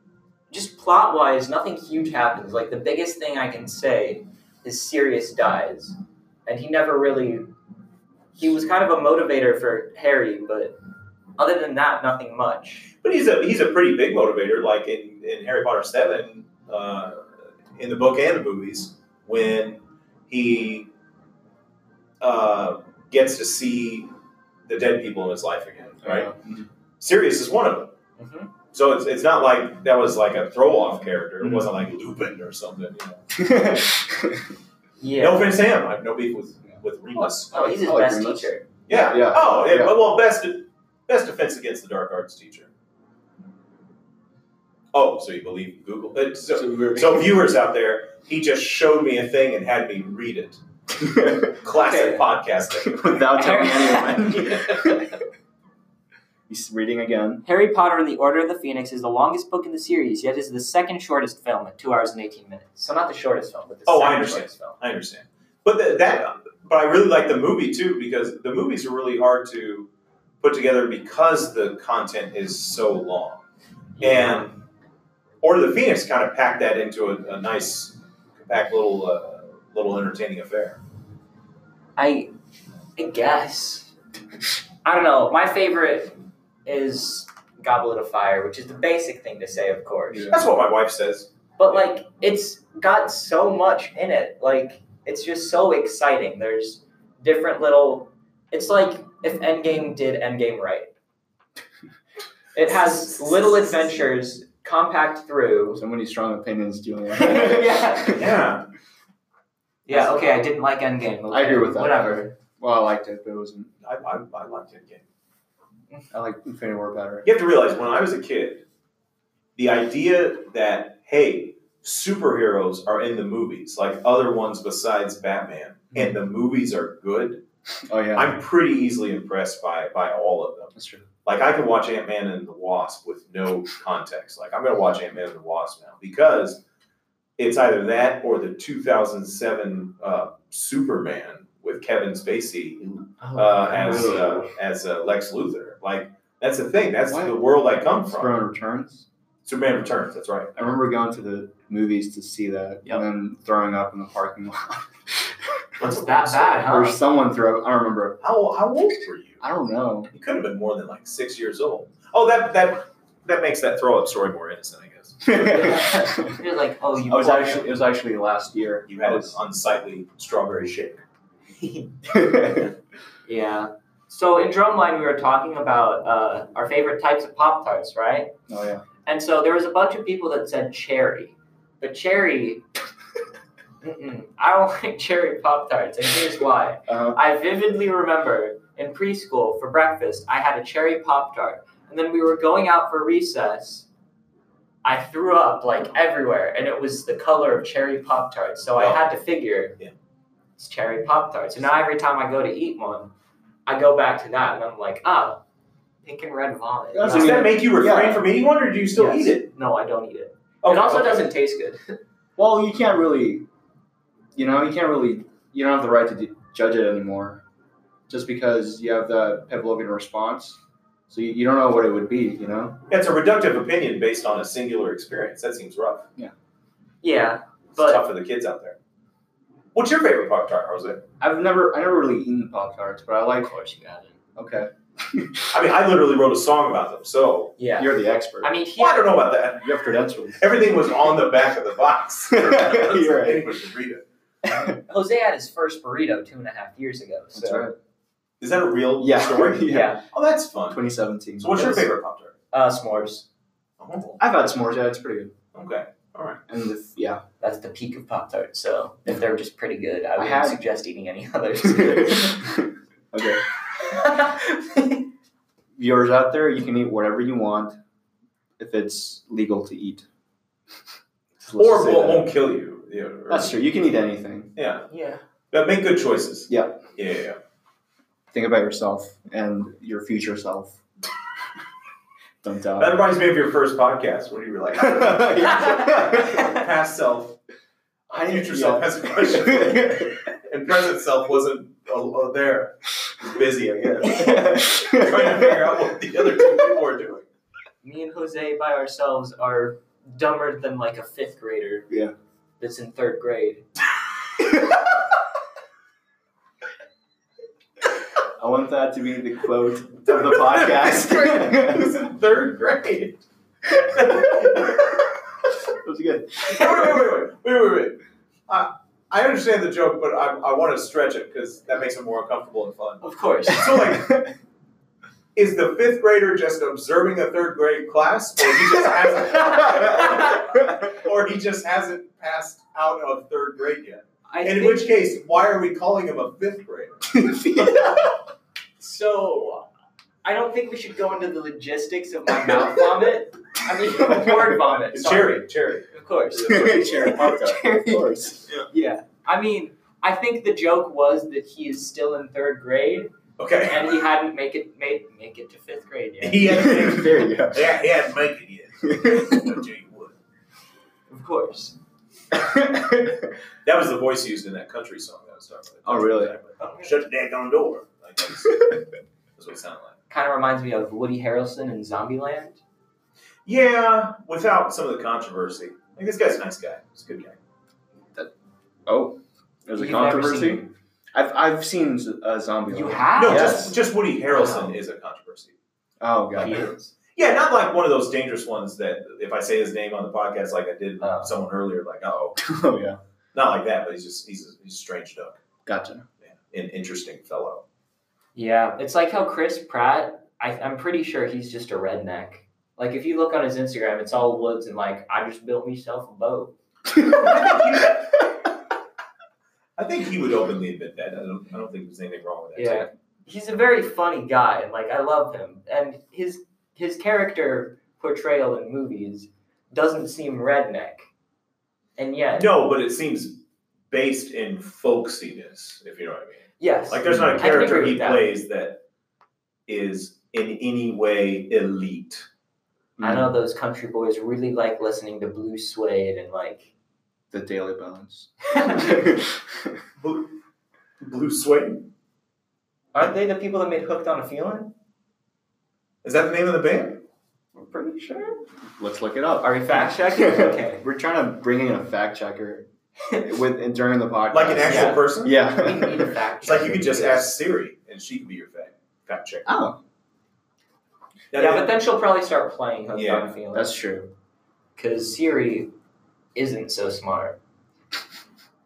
Speaker 2: just plot wise, nothing huge happens. Like the biggest thing I can say is Sirius dies, and he never really. He was kind of a motivator for Harry, but other than that, nothing much.
Speaker 3: But he's a he's a pretty big motivator. Like in, in Harry Potter Seven, uh, in the book and the movies, when he uh, gets to see the dead people in his life again,
Speaker 1: Uh-huh.
Speaker 3: right? Sirius is one of them.
Speaker 2: hmm
Speaker 3: So it's, it's not like that was like a throw off character. It
Speaker 1: Mhm.
Speaker 3: wasn't like Lupin or something. You know?
Speaker 2: Yeah.
Speaker 3: No offense to him. I have no beef with with Remus.
Speaker 2: oh, he's his
Speaker 1: I like
Speaker 2: best
Speaker 1: Remus.
Speaker 2: teacher.
Speaker 3: Yeah.
Speaker 1: Yeah.
Speaker 3: Oh, yeah.
Speaker 1: Yeah.
Speaker 3: Well, best best defense against the dark arts teacher. Oh, so you believe Google? Uh, so, so viewers out there, he just showed me a thing and had me read it. Classic
Speaker 2: Okay.
Speaker 3: podcasting.
Speaker 1: Without telling anyone. He's reading again.
Speaker 2: Harry Potter and the Order of the Phoenix is the longest book in the series, yet is the second shortest film at two hours and eighteen minutes. So not the shortest film, but the
Speaker 3: Oh, I
Speaker 2: second
Speaker 3: understand.
Speaker 2: shortest film.
Speaker 3: I understand. But the, that, but I really like the movie too because the movies are really hard to put together because the content is so long. And Order of the Phoenix kind of packed that into a, a nice, compact little, uh, little entertaining affair.
Speaker 2: I, I guess. I don't know. My favorite is Goblet of Fire, which is the basic thing to say, of course.
Speaker 3: That's what my wife says.
Speaker 2: But like, it's got so much in it. Like, it's just so exciting. There's different little. It's like if Endgame did Endgame right. It has little adventures compact through.
Speaker 1: So many strong opinions, Julian.
Speaker 2: Yeah.
Speaker 3: Yeah,
Speaker 2: Yeah. Okay. I didn't like Endgame.
Speaker 1: I agree
Speaker 2: okay,
Speaker 1: with that.
Speaker 2: Whatever.
Speaker 1: Well, I liked it, but it wasn't.
Speaker 3: I, I, I liked it. Yeah.
Speaker 1: I liked Infinity War better.
Speaker 3: You have to realize when I was a kid, the idea that hey, superheroes are in the movies like other ones besides Batman,
Speaker 2: Hmm.
Speaker 3: and the movies are good.
Speaker 1: Oh yeah,
Speaker 3: I'm pretty easily impressed by by all of them.
Speaker 1: that's true.
Speaker 3: Like I can watch Ant Man and the Wasp with no context. Like I'm gonna watch Ant Man and the Wasp now because it's either that or the 2007 uh, Superman with Kevin Spacey
Speaker 2: Oh,
Speaker 3: uh, as uh, as uh, Lex Luthor. Like that's the thing. That's
Speaker 1: What?
Speaker 3: the world I come from.
Speaker 1: Superman Returns.
Speaker 3: Superman Returns. That's right.
Speaker 1: I remember going to the movies to see that,
Speaker 2: Yep.
Speaker 1: and then throwing up in the parking lot,
Speaker 2: What's that bad,
Speaker 1: or
Speaker 2: huh?
Speaker 1: someone threw up. I don't remember.
Speaker 3: How how old were you?
Speaker 1: Ah. I don't know.
Speaker 3: You could have been more than like six years old. Oh, that that that makes that throw up story more innocent, I guess.
Speaker 1: I
Speaker 2: You're like, oh, you.
Speaker 1: was
Speaker 2: plucked
Speaker 1: actually it was actually last year.
Speaker 3: You
Speaker 1: I
Speaker 3: had an
Speaker 1: was-
Speaker 3: unsightly strawberry shake.
Speaker 2: Yeah. So in Drumline, we were talking about uh, our favorite types of Pop Tarts, right?
Speaker 1: oh yeah.
Speaker 2: And so there was a bunch of people that said cherry, but cherry. Mm-mm, I don't like cherry Pop Tarts, and here's why.
Speaker 1: Uh,
Speaker 2: I vividly remember in preschool for breakfast, I had a cherry Pop Tart, and then we were going out for recess. I threw up like everywhere, and it was the color of cherry Pop Tarts, so
Speaker 3: Oh.
Speaker 2: I had to figure
Speaker 3: Yeah.
Speaker 2: it's cherry Pop Tarts. And now every time I go to eat one, I go back to that, and I'm like, oh, pink and red vomit.
Speaker 1: That's
Speaker 3: Does
Speaker 1: I mean,
Speaker 3: that make you refrain
Speaker 1: yeah.
Speaker 3: from eating one, or do you still
Speaker 2: Yes.
Speaker 3: eat it?
Speaker 2: No, I don't eat it.
Speaker 3: Oh,
Speaker 2: it also
Speaker 3: okay.
Speaker 2: doesn't taste good.
Speaker 1: well, you can't really, you know, you can't really, you don't have the right to d- judge it anymore, just because you have that Pavlovian response. So you, you don't know what it would be, you know.
Speaker 3: That's a reductive opinion based on a singular experience. That seems rough.
Speaker 2: yeah,
Speaker 3: It's
Speaker 2: But-
Speaker 3: tough for the kids out there. What's your favorite Pop Tart, Jose?
Speaker 1: I've never, I never really eaten pop tarts, but I like.
Speaker 2: course you got it.
Speaker 1: Okay,
Speaker 3: I mean, I literally wrote a song about them, so
Speaker 2: Yeah.
Speaker 1: you're the expert.
Speaker 2: I mean, he,
Speaker 3: well, I don't know about that.
Speaker 1: you have credentials.
Speaker 3: Everything was on the back of the box.
Speaker 1: You're right.
Speaker 3: Anyone could read it.
Speaker 2: Jose had his first burrito two and a half years ago. So.
Speaker 1: That's right.
Speaker 3: Is that a real
Speaker 1: Yeah.
Speaker 3: story?
Speaker 1: Yeah.
Speaker 3: Oh, that's fun.
Speaker 1: 2017.
Speaker 3: So, what's your
Speaker 1: Yes.
Speaker 3: favorite Pop Tart?
Speaker 2: Uh, s'mores.
Speaker 3: Oh,
Speaker 1: I've had s'mores. Yeah, it's pretty good.
Speaker 3: okay.
Speaker 1: And the, yeah,
Speaker 2: That's the peak of Pop Tarts. So if they're just pretty good, I
Speaker 1: I
Speaker 2: wouldn't
Speaker 1: had-
Speaker 2: suggest eating any others.
Speaker 1: okay. viewers out there, you can eat whatever you want if it's legal to eat. Just let's
Speaker 3: Or
Speaker 1: say
Speaker 3: it
Speaker 1: that.
Speaker 3: won't kill you. Yeah. or-
Speaker 1: That's true. You can eat anything.
Speaker 3: Yeah.
Speaker 2: yeah.
Speaker 3: But make good choices.
Speaker 1: Yeah.
Speaker 3: Yeah. yeah, yeah.
Speaker 1: Think about yourself and your future self. Don't
Speaker 3: That
Speaker 1: die.
Speaker 3: reminds me of your first podcast when you were like, past self,
Speaker 1: I-
Speaker 3: future
Speaker 1: yeah.
Speaker 3: self has a question, for you. and present self wasn't uh, uh, there. He's busy, I guess, trying to figure out what the other two people are doing.
Speaker 2: Me and Jose by ourselves are dumber than like a fifth grader.
Speaker 1: Yeah.
Speaker 2: That's in third grade.
Speaker 1: I want that to be the quote of the podcast.
Speaker 3: Who's in third grade?
Speaker 1: that was good.
Speaker 3: wait, wait, wait, wait, wait, wait, wait. I, I understand the joke, but I, I want to stretch it because that makes it more uncomfortable and fun.
Speaker 2: Of course.
Speaker 3: So, like, is the fifth grader just observing a third grade class, or he just hasn't, or he just hasn't passed out of third grade yet?
Speaker 2: I
Speaker 3: And in
Speaker 2: think
Speaker 3: which case, why are we calling him a fifth grader?
Speaker 2: so. I don't think we should go into the logistics of my mouth vomit. I mean, word vomit.
Speaker 3: It's
Speaker 2: sorry.
Speaker 3: cherry, cherry.
Speaker 2: Of course.
Speaker 1: Cherry Pop-Tart, of course.
Speaker 2: Yeah. I mean, I think the joke was that he is still in third grade,
Speaker 3: Okay.
Speaker 2: and he hadn't make it made make it to fifth grade yet.
Speaker 3: He had to make it.
Speaker 1: there you go.
Speaker 3: Yeah, he had to make it yet. I'll tell you what.
Speaker 2: Of course.
Speaker 3: That was the voice used in that country song that I was talking about.
Speaker 1: Oh, really?
Speaker 3: Shut the daggone door. Like, that's, that's what it sounded like.
Speaker 2: Kind of reminds me of Woody Harrelson in Zombieland.
Speaker 3: Yeah, without some of the controversy. Like, this guy's a nice guy. He's a good guy.
Speaker 1: oh, there's a
Speaker 2: You've never
Speaker 1: controversy.
Speaker 2: seen-
Speaker 1: I've I've seen Z- uh, zombie.
Speaker 2: You
Speaker 1: Land.
Speaker 2: have?
Speaker 3: No,
Speaker 1: Yes.
Speaker 3: just, just Woody Harrelson
Speaker 2: Wow.
Speaker 3: is a controversy.
Speaker 1: Oh
Speaker 2: He
Speaker 1: god.
Speaker 2: is.
Speaker 3: Yeah, not like one of those dangerous ones that if I say his name on the podcast like I did
Speaker 2: Oh.
Speaker 3: someone earlier, like, oh,
Speaker 1: oh yeah.
Speaker 3: not like that, but he's just, he's a, he's a strange duck.
Speaker 1: Gotcha.
Speaker 3: Yeah. An interesting fellow.
Speaker 2: Yeah, it's like how Chris Pratt. I, I'm pretty sure he's just a redneck. Like if you look on his Instagram, it's all woods and like I just built myself a boat.
Speaker 3: I think he would openly admit that. I don't, I don't think there's anything wrong with that.
Speaker 2: Yeah, he's a very funny guy, and like I love him. And his his character portrayal in movies doesn't seem redneck, and yet
Speaker 3: No, but it seems based in folksiness, if you know what I mean.
Speaker 2: yes,
Speaker 3: Like, there's not a
Speaker 2: I can agree
Speaker 3: character he
Speaker 2: with that.
Speaker 3: plays that is in any way elite.
Speaker 2: I know those country boys really like listening to blue suede and like
Speaker 1: The Daily Bones.
Speaker 3: Blue, Blue Suede?
Speaker 2: aren't they the people that made Hooked on a Feeling?
Speaker 3: Is that the name of the band?
Speaker 2: I'm pretty sure.
Speaker 1: Let's look it up.
Speaker 2: Are we fact checking? Okay.
Speaker 1: We're trying to bring in a fact checker with and during the podcast.
Speaker 3: Like an actual
Speaker 2: Yeah.
Speaker 3: person?
Speaker 2: we need a
Speaker 1: Yeah.
Speaker 2: fact
Speaker 3: It's like you
Speaker 2: checker
Speaker 3: could just
Speaker 2: because-
Speaker 3: ask Siri and she could be your fact, fact checker.
Speaker 1: oh,
Speaker 3: Now,
Speaker 2: yeah, but then she'll probably start playing Hooked
Speaker 3: Yeah,
Speaker 2: on a Feeling.
Speaker 1: that's true.
Speaker 2: because Siri isn't so smart.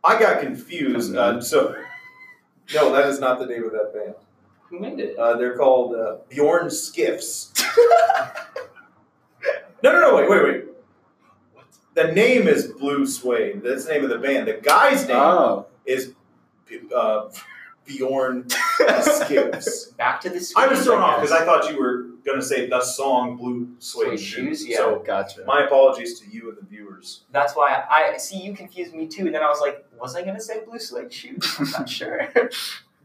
Speaker 3: I got confused. Uh, so, no, that is not the name of that band.
Speaker 2: Who made it? Oh,
Speaker 3: Uh, they're called uh, Bjorn Skiffs. no, no, no, wait, wait, wait. The name is Blue Suede. That's the name of the band. The guy's name
Speaker 2: Ah.
Speaker 1: Oh,
Speaker 3: is uh, Bjorn Skiffs.
Speaker 2: Back to the screen.
Speaker 3: I was thrown off because I thought you were going to say the song Blue Suede
Speaker 2: Suede
Speaker 3: Shoes.
Speaker 2: Shoes, yeah.
Speaker 3: So,
Speaker 1: gotcha.
Speaker 3: my apologies to you and the viewers.
Speaker 2: That's why I see you confused me too. And then I was like, was I gonna say blue suede shoes? I'm not sure.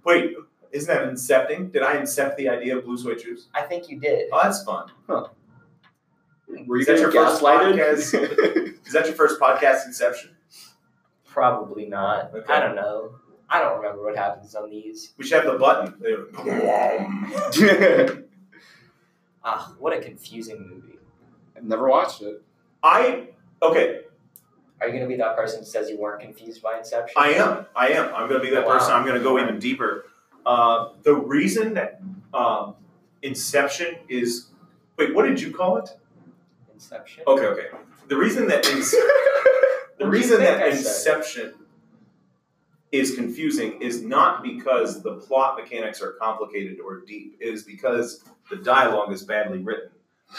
Speaker 3: Wait, isn't that incepting? Did I incept the idea of Blue Suede Shoes?
Speaker 2: I think you did.
Speaker 3: Oh, that's fun.
Speaker 1: Were you
Speaker 3: Is that
Speaker 1: guys
Speaker 3: your
Speaker 1: get
Speaker 3: first
Speaker 1: slighted?
Speaker 3: Is that your first podcast inception?
Speaker 2: Probably not.
Speaker 3: Okay.
Speaker 2: I don't know. I don't remember what happens on these.
Speaker 3: We should have the button. There.
Speaker 2: Ah, what a confusing movie.
Speaker 1: I've never watched it.
Speaker 3: I okay.
Speaker 2: Are you gonna be that person who says you weren't confused by Inception?
Speaker 3: I am. I am. I'm going to be that
Speaker 2: Wow.
Speaker 3: person. I'm going to go even deeper. Uh, the reason that um, Inception is wait, what did you call it?
Speaker 2: Inception.
Speaker 3: Okay, okay. The reason that ins- the
Speaker 2: What do you
Speaker 3: reason
Speaker 2: think
Speaker 3: that
Speaker 2: I said?
Speaker 3: Inception is confusing is not because the plot mechanics are complicated or deep. It is because the dialogue is badly written,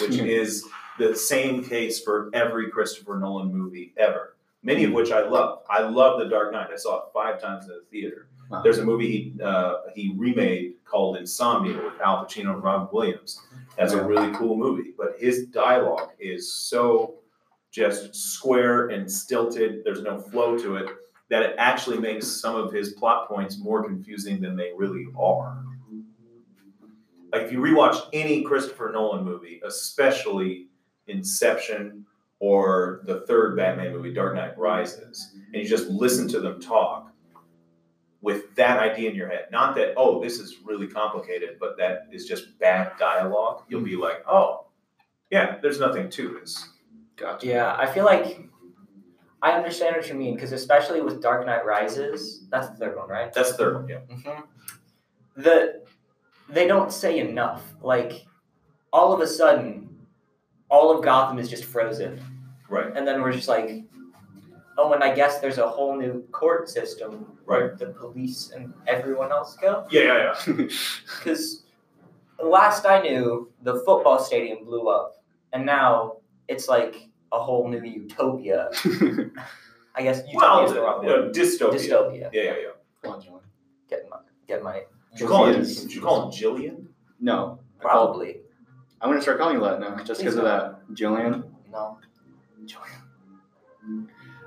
Speaker 3: which is the same case for every Christopher Nolan movie ever. Many
Speaker 1: Hmm.
Speaker 3: of which I love. I love The Dark Knight. I saw it five times in the theater.
Speaker 1: Wow.
Speaker 3: There's a movie he uh, he remade called Insomnia with Al Pacino and Robin Williams. That's a
Speaker 1: Yeah.
Speaker 3: really cool movie, but his dialogue is so just square and stilted. There's no flow to it that it actually makes some of his plot points more confusing than they really are. Like if you rewatch any Christopher Nolan movie, especially Inception or the third Batman movie, Dark Knight Rises, and you just listen to them talk with that idea in your head, not that, oh, this is really complicated, but that is just bad dialogue, you'll be like, oh, yeah, there's nothing to this.
Speaker 1: Gotcha.
Speaker 2: Yeah, I feel like I understand what you mean because especially with Dark Knight Rises, that's the third one, right?
Speaker 3: That's the third one, yeah.
Speaker 2: Mm-hmm. The they don't say enough. Like all of a sudden, all of Gotham is just frozen,
Speaker 3: Right,
Speaker 2: and then we're just like, oh, and I guess there's a whole new court system
Speaker 3: right.
Speaker 2: where the police and everyone else go.
Speaker 3: Yeah, yeah, yeah.
Speaker 2: Because last I knew, the football stadium blew up, and now it's like a whole new utopia. I guess utopia is the
Speaker 3: Well, uh,
Speaker 2: wrong
Speaker 3: you
Speaker 2: word.
Speaker 3: know, dystopia.
Speaker 2: Dystopia.
Speaker 3: Yeah, yeah, yeah.
Speaker 1: Fraudulent.
Speaker 2: Get my get my
Speaker 3: Did you call him,
Speaker 1: Yes.
Speaker 3: did you call him Jillian?
Speaker 1: No. I called-
Speaker 2: probably
Speaker 1: I'm gonna start calling you that now, just because of that, Jillian.
Speaker 2: no.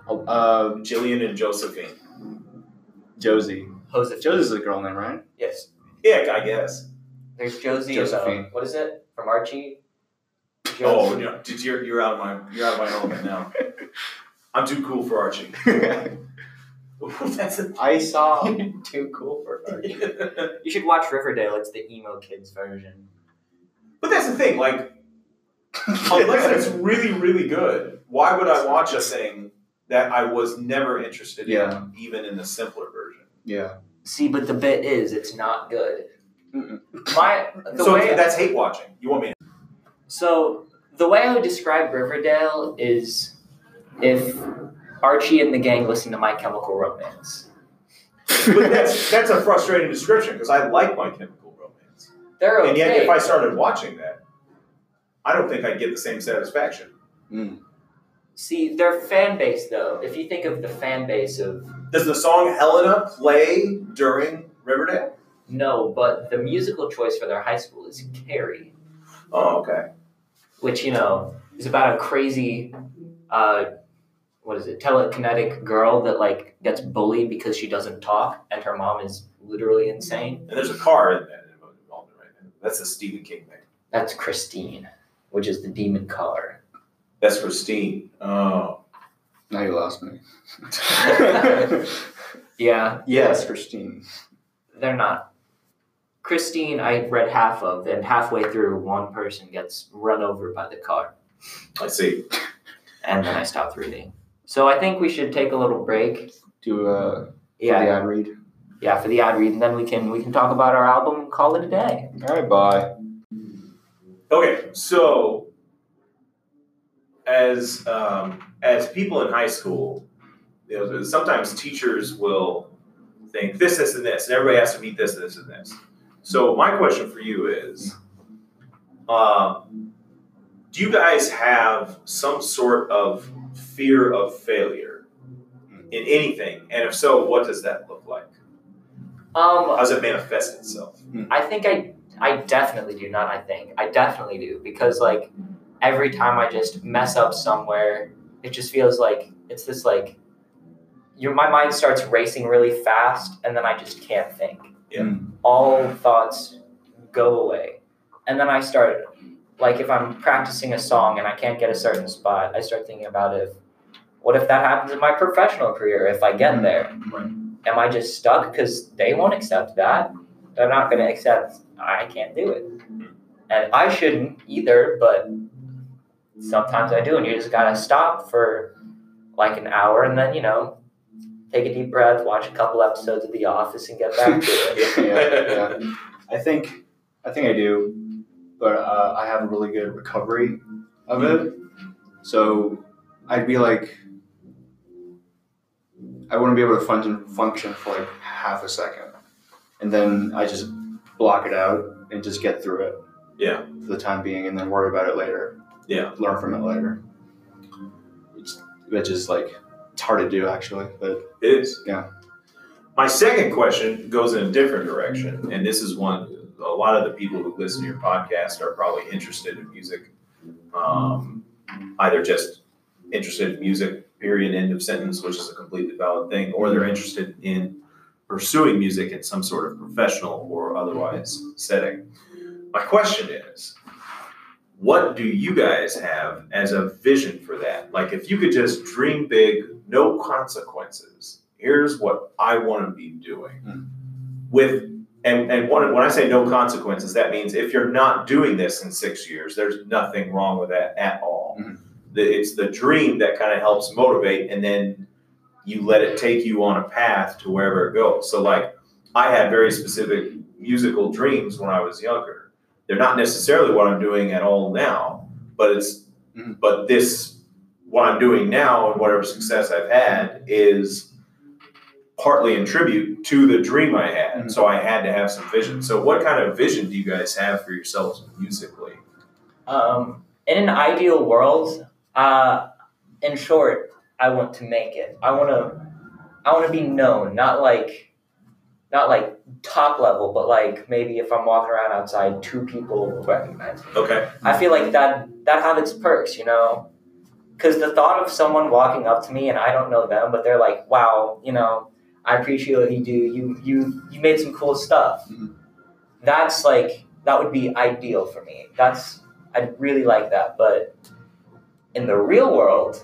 Speaker 1: Uh,
Speaker 3: Jillian and Josephine.
Speaker 1: Josie.
Speaker 2: Joseph.
Speaker 1: Josie's a girl name, right?
Speaker 2: Yes.
Speaker 3: Ick, I guess.
Speaker 2: There's Josie.
Speaker 1: Josephine.
Speaker 2: Uh, what is it from Archie?
Speaker 3: Oh no, did you? You're out of my you're out of my element now. I'm too cool for Archie. That's a,
Speaker 2: I saw Too Cool for Archie.
Speaker 3: but
Speaker 2: You should watch Riverdale. It's the emo kids version.
Speaker 3: that's the thing. Like, unless Oh, it's really really good, why would I watch a thing that I was never interested
Speaker 1: Yeah.
Speaker 3: in, even in the simpler version?
Speaker 1: yeah.
Speaker 2: See, but the bit is it's not good.
Speaker 1: Mm-mm.
Speaker 2: My the
Speaker 3: so
Speaker 2: way
Speaker 3: that's hate watching. You want me? To,
Speaker 2: so the way I would describe Riverdale is if Archie and the gang listen to My Chemical Romance.
Speaker 3: but that's that's a frustrating description because I like My Chemical Romance.
Speaker 2: They're okay.
Speaker 3: And yet, if I started watching that, I don't think I'd get the same satisfaction.
Speaker 1: Mm.
Speaker 2: See, their fan base though. If you think of the fan base of
Speaker 3: Does the song Helena play during Riverdale?
Speaker 2: no, but the musical choice for their high school is Carrie.
Speaker 3: Oh, okay.
Speaker 2: which you know is about a crazy uh, what is it telekinetic girl that like gets bullied because she doesn't talk and her mom is literally insane
Speaker 3: And there's a car in that involved right now. That's a Stephen King thing.
Speaker 2: that's christine which is the demon color
Speaker 3: That's Christine. Oh.
Speaker 1: Now you lost me.
Speaker 2: yeah
Speaker 1: yes, Christine.
Speaker 2: they're not christine i read half of and halfway through one person gets run over by the car
Speaker 3: I see.
Speaker 2: and then i stopped reading so i think we should take a little break
Speaker 1: Do uh,
Speaker 2: yeah
Speaker 1: the ad read.
Speaker 2: yeah for the ad read and then we can we can talk about our album and call it a day
Speaker 1: All right, bye.
Speaker 3: Okay, so as um, as people in high school, you know, sometimes teachers will think this, this, and this, and everybody has to meet this, this, and this. So my question for you is, um, do you guys have some sort of fear of failure in anything? And if so, what does that look like?
Speaker 2: um
Speaker 3: How does it manifest itself?
Speaker 2: I think I I definitely do not I think I definitely do because like every time I just mess up somewhere it just feels like it's this like your my mind starts racing really fast and then I just can't think
Speaker 3: Yeah.
Speaker 2: all thoughts go away and then I start like if I'm practicing a song and I can't get a certain spot I start thinking about if what if that happens in my professional career if I get there
Speaker 1: Mm.
Speaker 2: am I just stuck because they won't accept that? They're not going to accept I can't do it. And I shouldn't either, but sometimes I do. And you just got to stop for like an hour and then, you know, take a deep breath, watch a couple episodes of The Office and get back to it.
Speaker 1: Yeah, yeah. I think I think I do, but uh, I have a really good recovery of it. So I'd be like, I wouldn't be able to function function for like half a second, and then I just block it out and just get through it.
Speaker 3: Yeah.
Speaker 1: For the time being, and then worry about it later.
Speaker 3: Yeah.
Speaker 1: Learn from it later. Which, which is like it's hard to do actually, but
Speaker 3: It is.
Speaker 1: Yeah.
Speaker 3: My second question goes in a different direction, and this is one a lot of the people who listen to your podcast are probably interested in music, um, either just interested in music, period, end of sentence, which is a completely valid thing, or they're interested in pursuing music in some sort of professional or otherwise setting. My question is. What do you guys have as a vision for that? Like, if you could just dream big, no consequences. Here's what I want to be doing.
Speaker 1: Mm.
Speaker 3: With and and one, when I say no consequences, that means if you're not doing this in six years, there's nothing wrong with that at all.
Speaker 1: Mhm.
Speaker 3: The- it's the dream that kind of helps motivate, and then you let it take you on a path to wherever it goes. So, like, I had very specific musical dreams when I was younger. They're not necessarily what I'm doing at all now, but it's
Speaker 1: Mhm.
Speaker 3: but this what I'm doing now and whatever success I've had is partly in tribute to the dream I had.
Speaker 1: Mhm.
Speaker 3: So I had to have some vision. So what kind of vision do you guys have for yourselves musically?
Speaker 2: Um, in an ideal world, uh, in short, I want to make it. I want to, I want to be known, not like, not like top level, but like maybe if I'm walking around outside, two people will recognize me.
Speaker 3: Okay.
Speaker 2: I feel like that that have its perks, you know, because the thought of someone walking up to me and I don't know them, but they're like, wow, you know, I appreciate what you do. You you you made some cool stuff.
Speaker 1: Mhm.
Speaker 2: that's like that would be ideal for me. That's I'd really like that. But in the real world,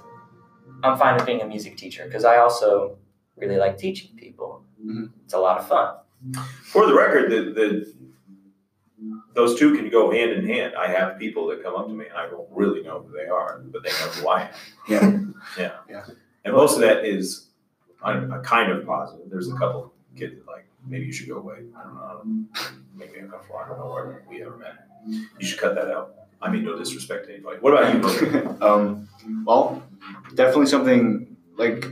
Speaker 2: I'm fine with being a music teacher because I also really like teaching people.
Speaker 1: Mhm.
Speaker 2: It's a lot of fun.
Speaker 3: For the record, the, the those two can go hand in hand. I have people that come up to me and I don't really know who they are, but they know who I am.
Speaker 1: Yeah.
Speaker 3: yeah.
Speaker 1: Yeah.
Speaker 3: And most of that is I'm a kind of positive. There's a couple kids that like, maybe you should go away. I don't know. Maybe a couple. I don't know where we ever met. You should cut that out. I mean, no disrespect to anybody. What about you, Logan?
Speaker 1: um, well, definitely something like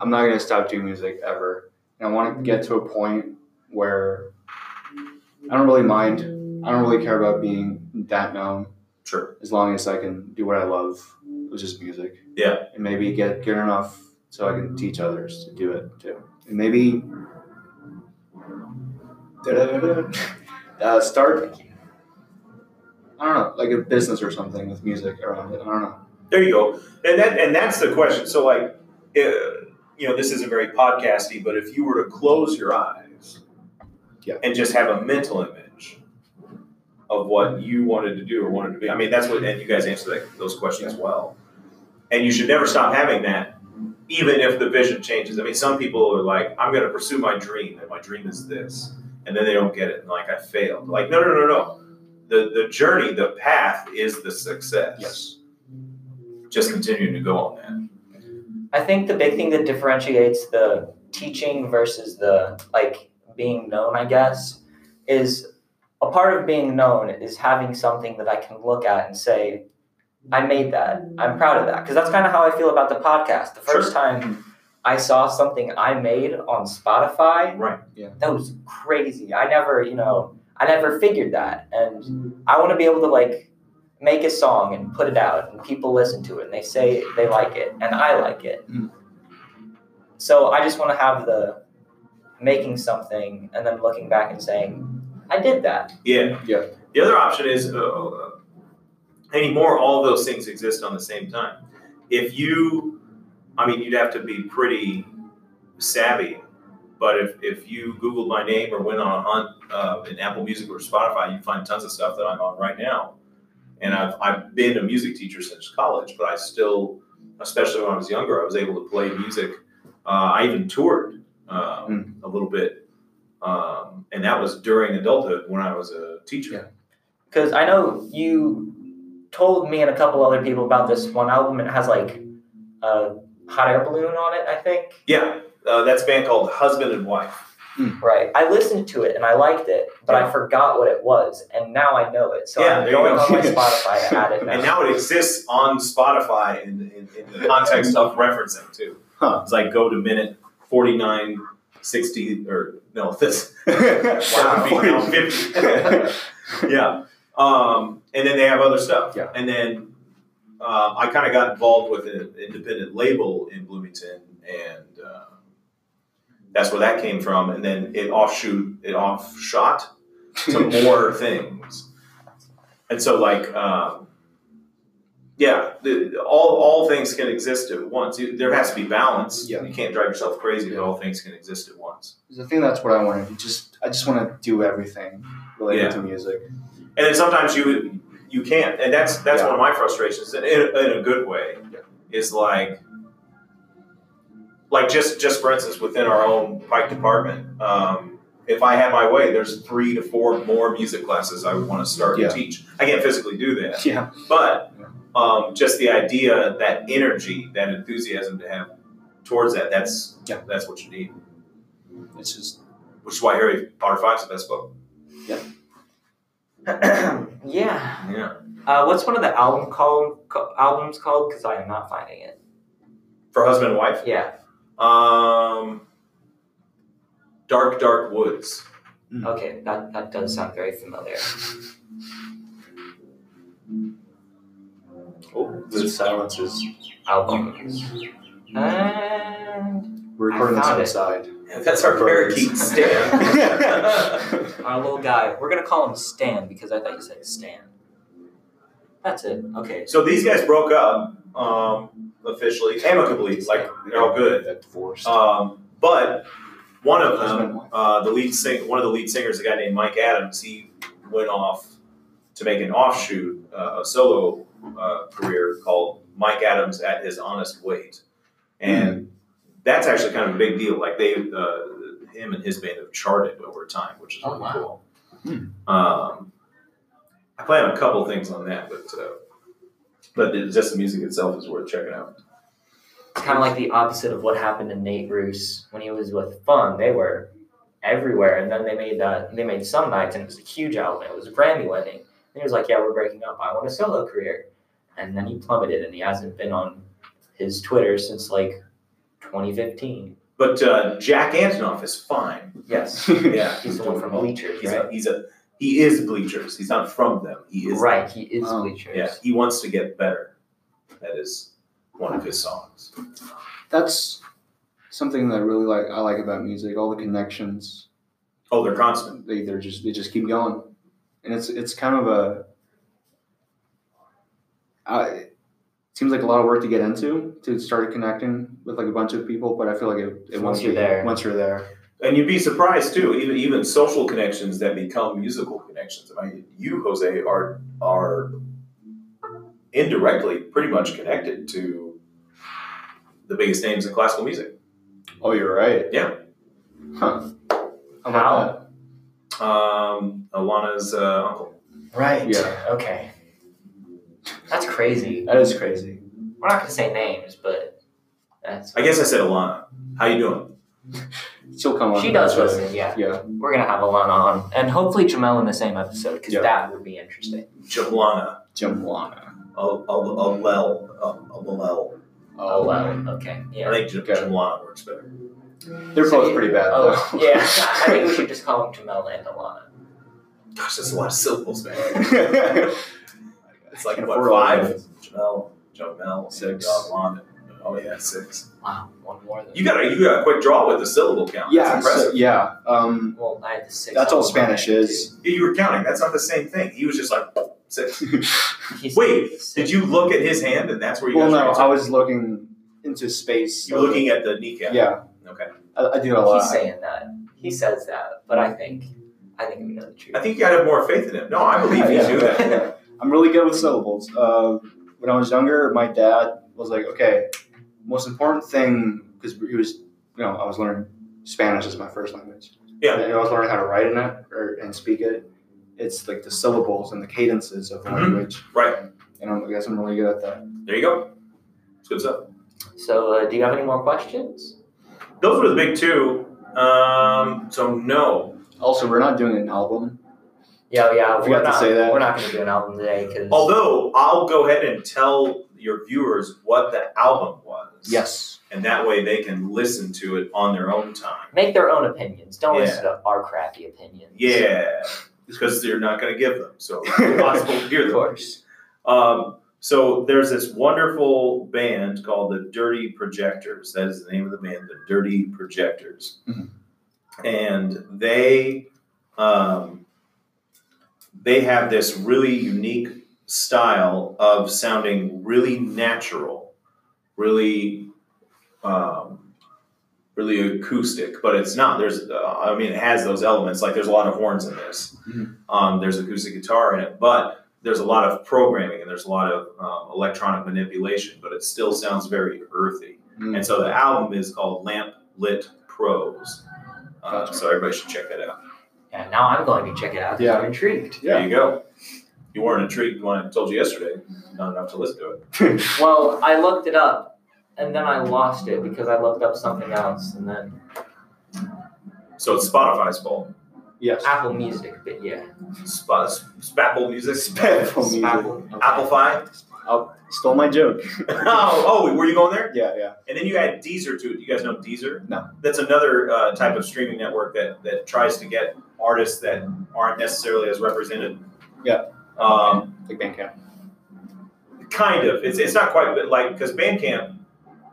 Speaker 1: I'm not gonna stop doing music ever, and I want to get to a point where I don't really mind. I don't really care about being that known
Speaker 3: Sure.
Speaker 1: as long as I can do what I love, which is music.
Speaker 3: Yeah.
Speaker 1: and maybe get good enough so I can teach others to do it too, and maybe. Uh, start, I don't know, like a business or something with music around it. I don't know.
Speaker 3: There you go. And that and that's the question. So like, uh, you know, this isn't very podcasty, but if you were to close your eyes
Speaker 1: Yeah.
Speaker 3: and just have a mental image of what you wanted to do or wanted to be, I mean, that's what and you guys answer that, those questions well. And you should never stop having that, even if the vision changes. I mean, some people are like, I'm going to pursue my dream, and my dream is this, and then they don't get it, and like I failed. Like, no, no, no, no. The the journey, the path is the success
Speaker 1: Yes.
Speaker 3: just continuing to go on that.
Speaker 2: I think the big thing that differentiates the teaching versus the like being known, I guess, is a part of being known is having something that I can look at and say, I made that. I'm proud of that. Because that's kind of how I feel about the podcast. The first time I saw something I made on Spotify,
Speaker 3: Right.
Speaker 1: Yeah.
Speaker 2: that was crazy. I never, you know, I never figured that. And I want to be able to like make a song and put it out and people listen to it and they say they like it and I like it.
Speaker 1: Mm.
Speaker 2: So I just want to have the making something and then looking back and saying, I did that.
Speaker 3: Yeah.
Speaker 1: Yeah.
Speaker 3: The other option is uh, anymore, all those things exist on the same time. If you, I mean, you'd have to be pretty savvy, but if, if you Googled my name or went on a hunt uh, in Apple Music or Spotify, you'd find tons of stuff that I'm on right now. And I've, I've been a music teacher since college, but I still, especially when I was younger, I was able to play music. Uh, I even toured um, a little bit. Um, and that was during adulthood when I was a teacher.
Speaker 1: Yeah.
Speaker 2: Because I know you told me and a couple other people about this one album and it has like a hot air balloon on it, I think.
Speaker 3: Yeah, uh, that's a band called Husband and Wife.
Speaker 2: Right. I listened to it and I liked it, but
Speaker 3: Yeah.
Speaker 2: I forgot what it was, and now I know it. So
Speaker 3: Yeah,
Speaker 2: I'm
Speaker 3: there you
Speaker 2: going
Speaker 3: go.
Speaker 2: on my Spotify to add it now.
Speaker 3: And now it exists on Spotify in, in, in the context of referencing, too.
Speaker 1: Huh.
Speaker 3: It's like go to minute 49, 60, or no, this.
Speaker 1: wow.
Speaker 3: Wow. Now 50. yeah. Um, and then they have other stuff.
Speaker 1: Yeah.
Speaker 3: And then um, I kind of got involved with an independent label in Bloomington, and uh, that's where that came from. And then it offshoot, it offshot to more things. And so, like, um, yeah, the, all all things can exist at once. You- There has to be balance.
Speaker 1: Yeah.
Speaker 3: You can't drive yourself crazy,
Speaker 1: Yeah.
Speaker 3: but all things can exist at once.
Speaker 1: I think that's what I want to do. Just I just want to do everything related
Speaker 3: Yeah.
Speaker 1: to music.
Speaker 3: and then sometimes you you can't and that's that's
Speaker 1: Yeah.
Speaker 3: one of my frustrations in, in, in a good way
Speaker 1: Yeah.
Speaker 3: is like like just just for instance within our own pike department um, if i had my way there's three to four more music classes i would want to start
Speaker 1: Yeah.
Speaker 3: to teach i can't physically do that
Speaker 1: Yeah.
Speaker 3: but
Speaker 1: Yeah.
Speaker 3: um, just the idea that energy that enthusiasm to have towards that that's
Speaker 1: Yeah.
Speaker 3: that's what you need
Speaker 1: It's just
Speaker 3: which is why harry potter 5 is the best book
Speaker 2: yeah.
Speaker 3: yeah
Speaker 2: Uh, what's one of the album call, co- albums called? Because I am not finding it.
Speaker 3: for husband and wife
Speaker 2: Yeah.
Speaker 3: Um, Dark Dark Woods.
Speaker 2: Okay. That that does sound very familiar.
Speaker 3: Oh,
Speaker 1: the silences.
Speaker 2: Albums. And
Speaker 1: We're
Speaker 2: I
Speaker 1: recording this
Speaker 2: found it.
Speaker 1: outside.
Speaker 3: that's our parakeet, Stan.
Speaker 2: our little guy. We're gonna call him Stan because I thought you said Stan. That's it. Okay.
Speaker 3: so these guys broke up um, officially, amicably, like they're all good.
Speaker 1: That divorce.
Speaker 3: Um, but One of
Speaker 1: Husband
Speaker 3: them,
Speaker 1: and wife.
Speaker 3: uh, the lead sing- one of the lead singers, a guy named Mike Adams, he went off to make an offshoot, uh, a solo uh, career called Mike Adams at His Honest Weight, and that's actually kind of a big deal. Like they, uh, him and his band have charted over time, which is
Speaker 2: Oh,
Speaker 3: really
Speaker 2: wow.
Speaker 3: cool.
Speaker 1: Hmm.
Speaker 3: Um, I plan a couple things on that, but uh, but it- just the music itself is worth checking out.
Speaker 2: It's kind of like the opposite of what happened to Nate Roos when he was with Fun. They were everywhere, and then they made that they made Some Nights, and it was a huge album. It was Grammy winning. And he was like, "Yeah, we're breaking up. I want a solo career," and then he plummeted, and he hasn't been on his Twitter since like 2015.
Speaker 3: But uh, Jack Antonoff is fine.
Speaker 2: Yes,
Speaker 3: Yeah,
Speaker 2: he's the one from Bleachers,
Speaker 3: He's
Speaker 2: right?
Speaker 3: a, he's a he is bleachers. He's not from them. He is
Speaker 2: Right, he is
Speaker 1: Oh,
Speaker 2: Bleachers.
Speaker 3: Yeah, he wants to get better. That is one of his songs.
Speaker 1: That's something that I really like. I like about music, all the connections.
Speaker 3: Oh, they're constant.
Speaker 1: They they're just they just keep going, and it's it's kind of a. I, it seems like a lot of work to get into to start connecting with like a bunch of people, but I feel like it, it
Speaker 2: Once
Speaker 1: won't
Speaker 2: you're
Speaker 1: be-
Speaker 2: there.
Speaker 1: Once you're there,
Speaker 3: And you'd be surprised too, even even social connections that become musical connections. I mean, you, Jose, are are indirectly pretty much connected to the biggest names in classical music.
Speaker 1: Oh, you're right.
Speaker 3: Yeah.
Speaker 1: Huh. How
Speaker 2: How?
Speaker 1: about
Speaker 3: Um, Alana's uh, uncle.
Speaker 2: Right.
Speaker 1: Yeah.
Speaker 2: Okay. That's crazy.
Speaker 1: that? That is crazy.
Speaker 2: We're not gonna say names, but that's
Speaker 3: I guess I said Alana. How you doing?
Speaker 1: She'll come on.
Speaker 2: she does
Speaker 1: eventually.
Speaker 2: listen. Yeah.
Speaker 1: Yeah.
Speaker 2: We're gonna have Alana on, and hopefully Jamel in the same episode because
Speaker 1: Yeah.
Speaker 2: that would be interesting.
Speaker 3: Jablana.
Speaker 1: Jamlana.
Speaker 3: Al- al- Alel. Al- Alel.
Speaker 2: Oh wow. Okay.
Speaker 3: I
Speaker 2: Yeah.
Speaker 3: think J-
Speaker 1: Okay.
Speaker 3: Jablana works better.
Speaker 1: They're both pretty bad
Speaker 2: Oh
Speaker 1: though.
Speaker 2: yeah. I think we should just call them Jamel and Alana.
Speaker 3: Gosh, that's a lot of syllables, man. It's like
Speaker 1: Can't
Speaker 3: what,
Speaker 1: afford all
Speaker 3: five?
Speaker 1: those.
Speaker 3: Jamel, Jamel,
Speaker 1: Six.
Speaker 3: Jablana. Oh yeah, six.
Speaker 2: Wow. One more than
Speaker 3: You got a you got a quick draw with the syllable count.
Speaker 1: Yeah.
Speaker 3: that's impressive.
Speaker 1: So, yeah. Um,
Speaker 2: Well, I had the six.
Speaker 1: that's all
Speaker 2: on my
Speaker 1: Spanish
Speaker 2: hand,
Speaker 1: is.
Speaker 3: Yeah, you were counting. That's not the same thing. He was just like six.
Speaker 2: too. He's-
Speaker 3: Wait,
Speaker 2: he's
Speaker 3: Did
Speaker 2: six.
Speaker 3: you look at his hand and that's where you
Speaker 1: well, no,
Speaker 3: got
Speaker 1: I
Speaker 3: your
Speaker 1: was looking into space. uh,
Speaker 3: You're looking at the kneecap.
Speaker 1: Yeah.
Speaker 3: Okay.
Speaker 1: I, I do that a lot.
Speaker 2: He's saying that. He says that, but I think, I think we know the truth.
Speaker 3: I think you gotta have more faith in him. No, I believe he
Speaker 1: Yeah,
Speaker 3: knew
Speaker 1: yeah,
Speaker 3: that.
Speaker 1: yeah. I'm really good with syllables. Uh, when I was younger, my dad was like, "Okay, most important thing," because he was, you know, I was learning Spanish as my first language.
Speaker 3: Yeah.
Speaker 1: and I was learning how to write in it or and speak it. It's like the syllables and the cadences of the
Speaker 3: Mhm.
Speaker 1: language.
Speaker 3: Right.
Speaker 1: And I'm, I guess I'm really good at that.
Speaker 3: There you go. It's good stuff.
Speaker 2: So, uh, do you have any more questions?
Speaker 3: Those were the big two. Um, so no.
Speaker 1: Also, we're not doing an album.
Speaker 2: Yeah, yeah.
Speaker 1: I
Speaker 2: we're
Speaker 1: forgot to
Speaker 2: not,
Speaker 1: say that.
Speaker 2: We're not going to do an album today because
Speaker 3: Although I'll go ahead and tell your viewers what the album was.
Speaker 1: Yes.
Speaker 3: And that way they can listen to it on their own time.
Speaker 2: make their own opinions. Don't
Speaker 3: Yeah.
Speaker 2: listen to our crappy opinions.
Speaker 3: Yeah. Because they're not gonna give them. So it's impossible to hear
Speaker 2: of
Speaker 3: them.
Speaker 2: course.
Speaker 3: Um, so there's this wonderful band called the Dirty Projectors. That is the name of the band, the Dirty Projectors.
Speaker 1: Mhm.
Speaker 3: And they um, they have this really unique style of sounding really natural, really um, really acoustic, but it's not. There's uh, I mean it has those elements. Like there's a lot of horns in this.
Speaker 1: Mhm.
Speaker 3: Um, there's acoustic guitar in it, but there's a lot of programming and there's a lot of um, electronic manipulation, but it still sounds very earthy.
Speaker 1: Mm.
Speaker 3: And so the album is called Lamp Lit Pros. Uh,
Speaker 1: Gotcha.
Speaker 3: So everybody should check that out.
Speaker 2: Yeah, now I'm going to check it out 'cause
Speaker 1: Yeah.
Speaker 2: I'm intrigued.
Speaker 3: There
Speaker 1: Yeah.
Speaker 3: you go. You weren't intrigued when I told you yesterday. Not enough to listen to it.
Speaker 2: Well, I looked it up and then I lost it because I looked up something else and then
Speaker 3: So it's Spotify's fault.
Speaker 1: yes.
Speaker 2: Apple Music, but yeah.
Speaker 3: Spa- Spapple Music.
Speaker 1: Spapple music.
Speaker 2: Apple.
Speaker 3: Applefy.
Speaker 1: Stole my joke.
Speaker 3: oh, oh, were you going there?
Speaker 1: Yeah, yeah.
Speaker 3: And then you add Deezer to it. You guys know Deezer?
Speaker 1: No.
Speaker 3: That's another uh, type of streaming network that, that tries to get artists that aren't necessarily as represented.
Speaker 1: Yeah.
Speaker 3: Um,
Speaker 1: Like Bandcamp.
Speaker 3: kind of. It's, it's not quite, but like, because Bandcamp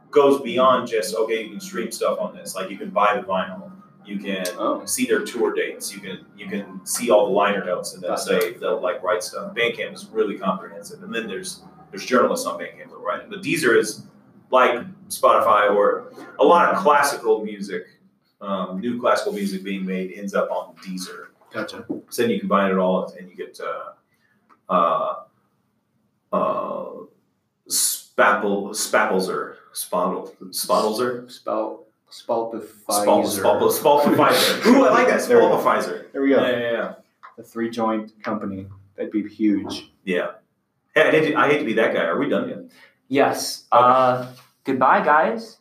Speaker 3: goes beyond just, okay, you can stream stuff on this. Like, you can buy the vinyl. You can
Speaker 1: Oh.
Speaker 3: see their tour dates. You can you can see all the liner notes and then
Speaker 1: Gotcha.
Speaker 3: say they'll like write stuff. Bandcamp is really comprehensive, and then there's there's journalists on Bandcamp that write it. But Deezer is like Spotify or a lot of classical music um, new classical music being made ends up on Deezer.
Speaker 1: Gotcha.
Speaker 3: So then you combine it all and you get uh, uh, uh, Spapple, Spappelzer, Spondle, Spondelzer,
Speaker 1: Spal
Speaker 3: Spal-
Speaker 1: Spalpifizer.
Speaker 3: Spal- Spalpifizer. Ooh, I like that.
Speaker 1: There we go.
Speaker 3: Spalpifizer.
Speaker 1: There we go.
Speaker 3: yeah, yeah. yeah.
Speaker 1: A three joint company. That'd be huge.
Speaker 3: Yeah. Hey, I hate, to, I hate to be that guy. Are we done yet?
Speaker 2: Yes. Uh, goodbye, guys.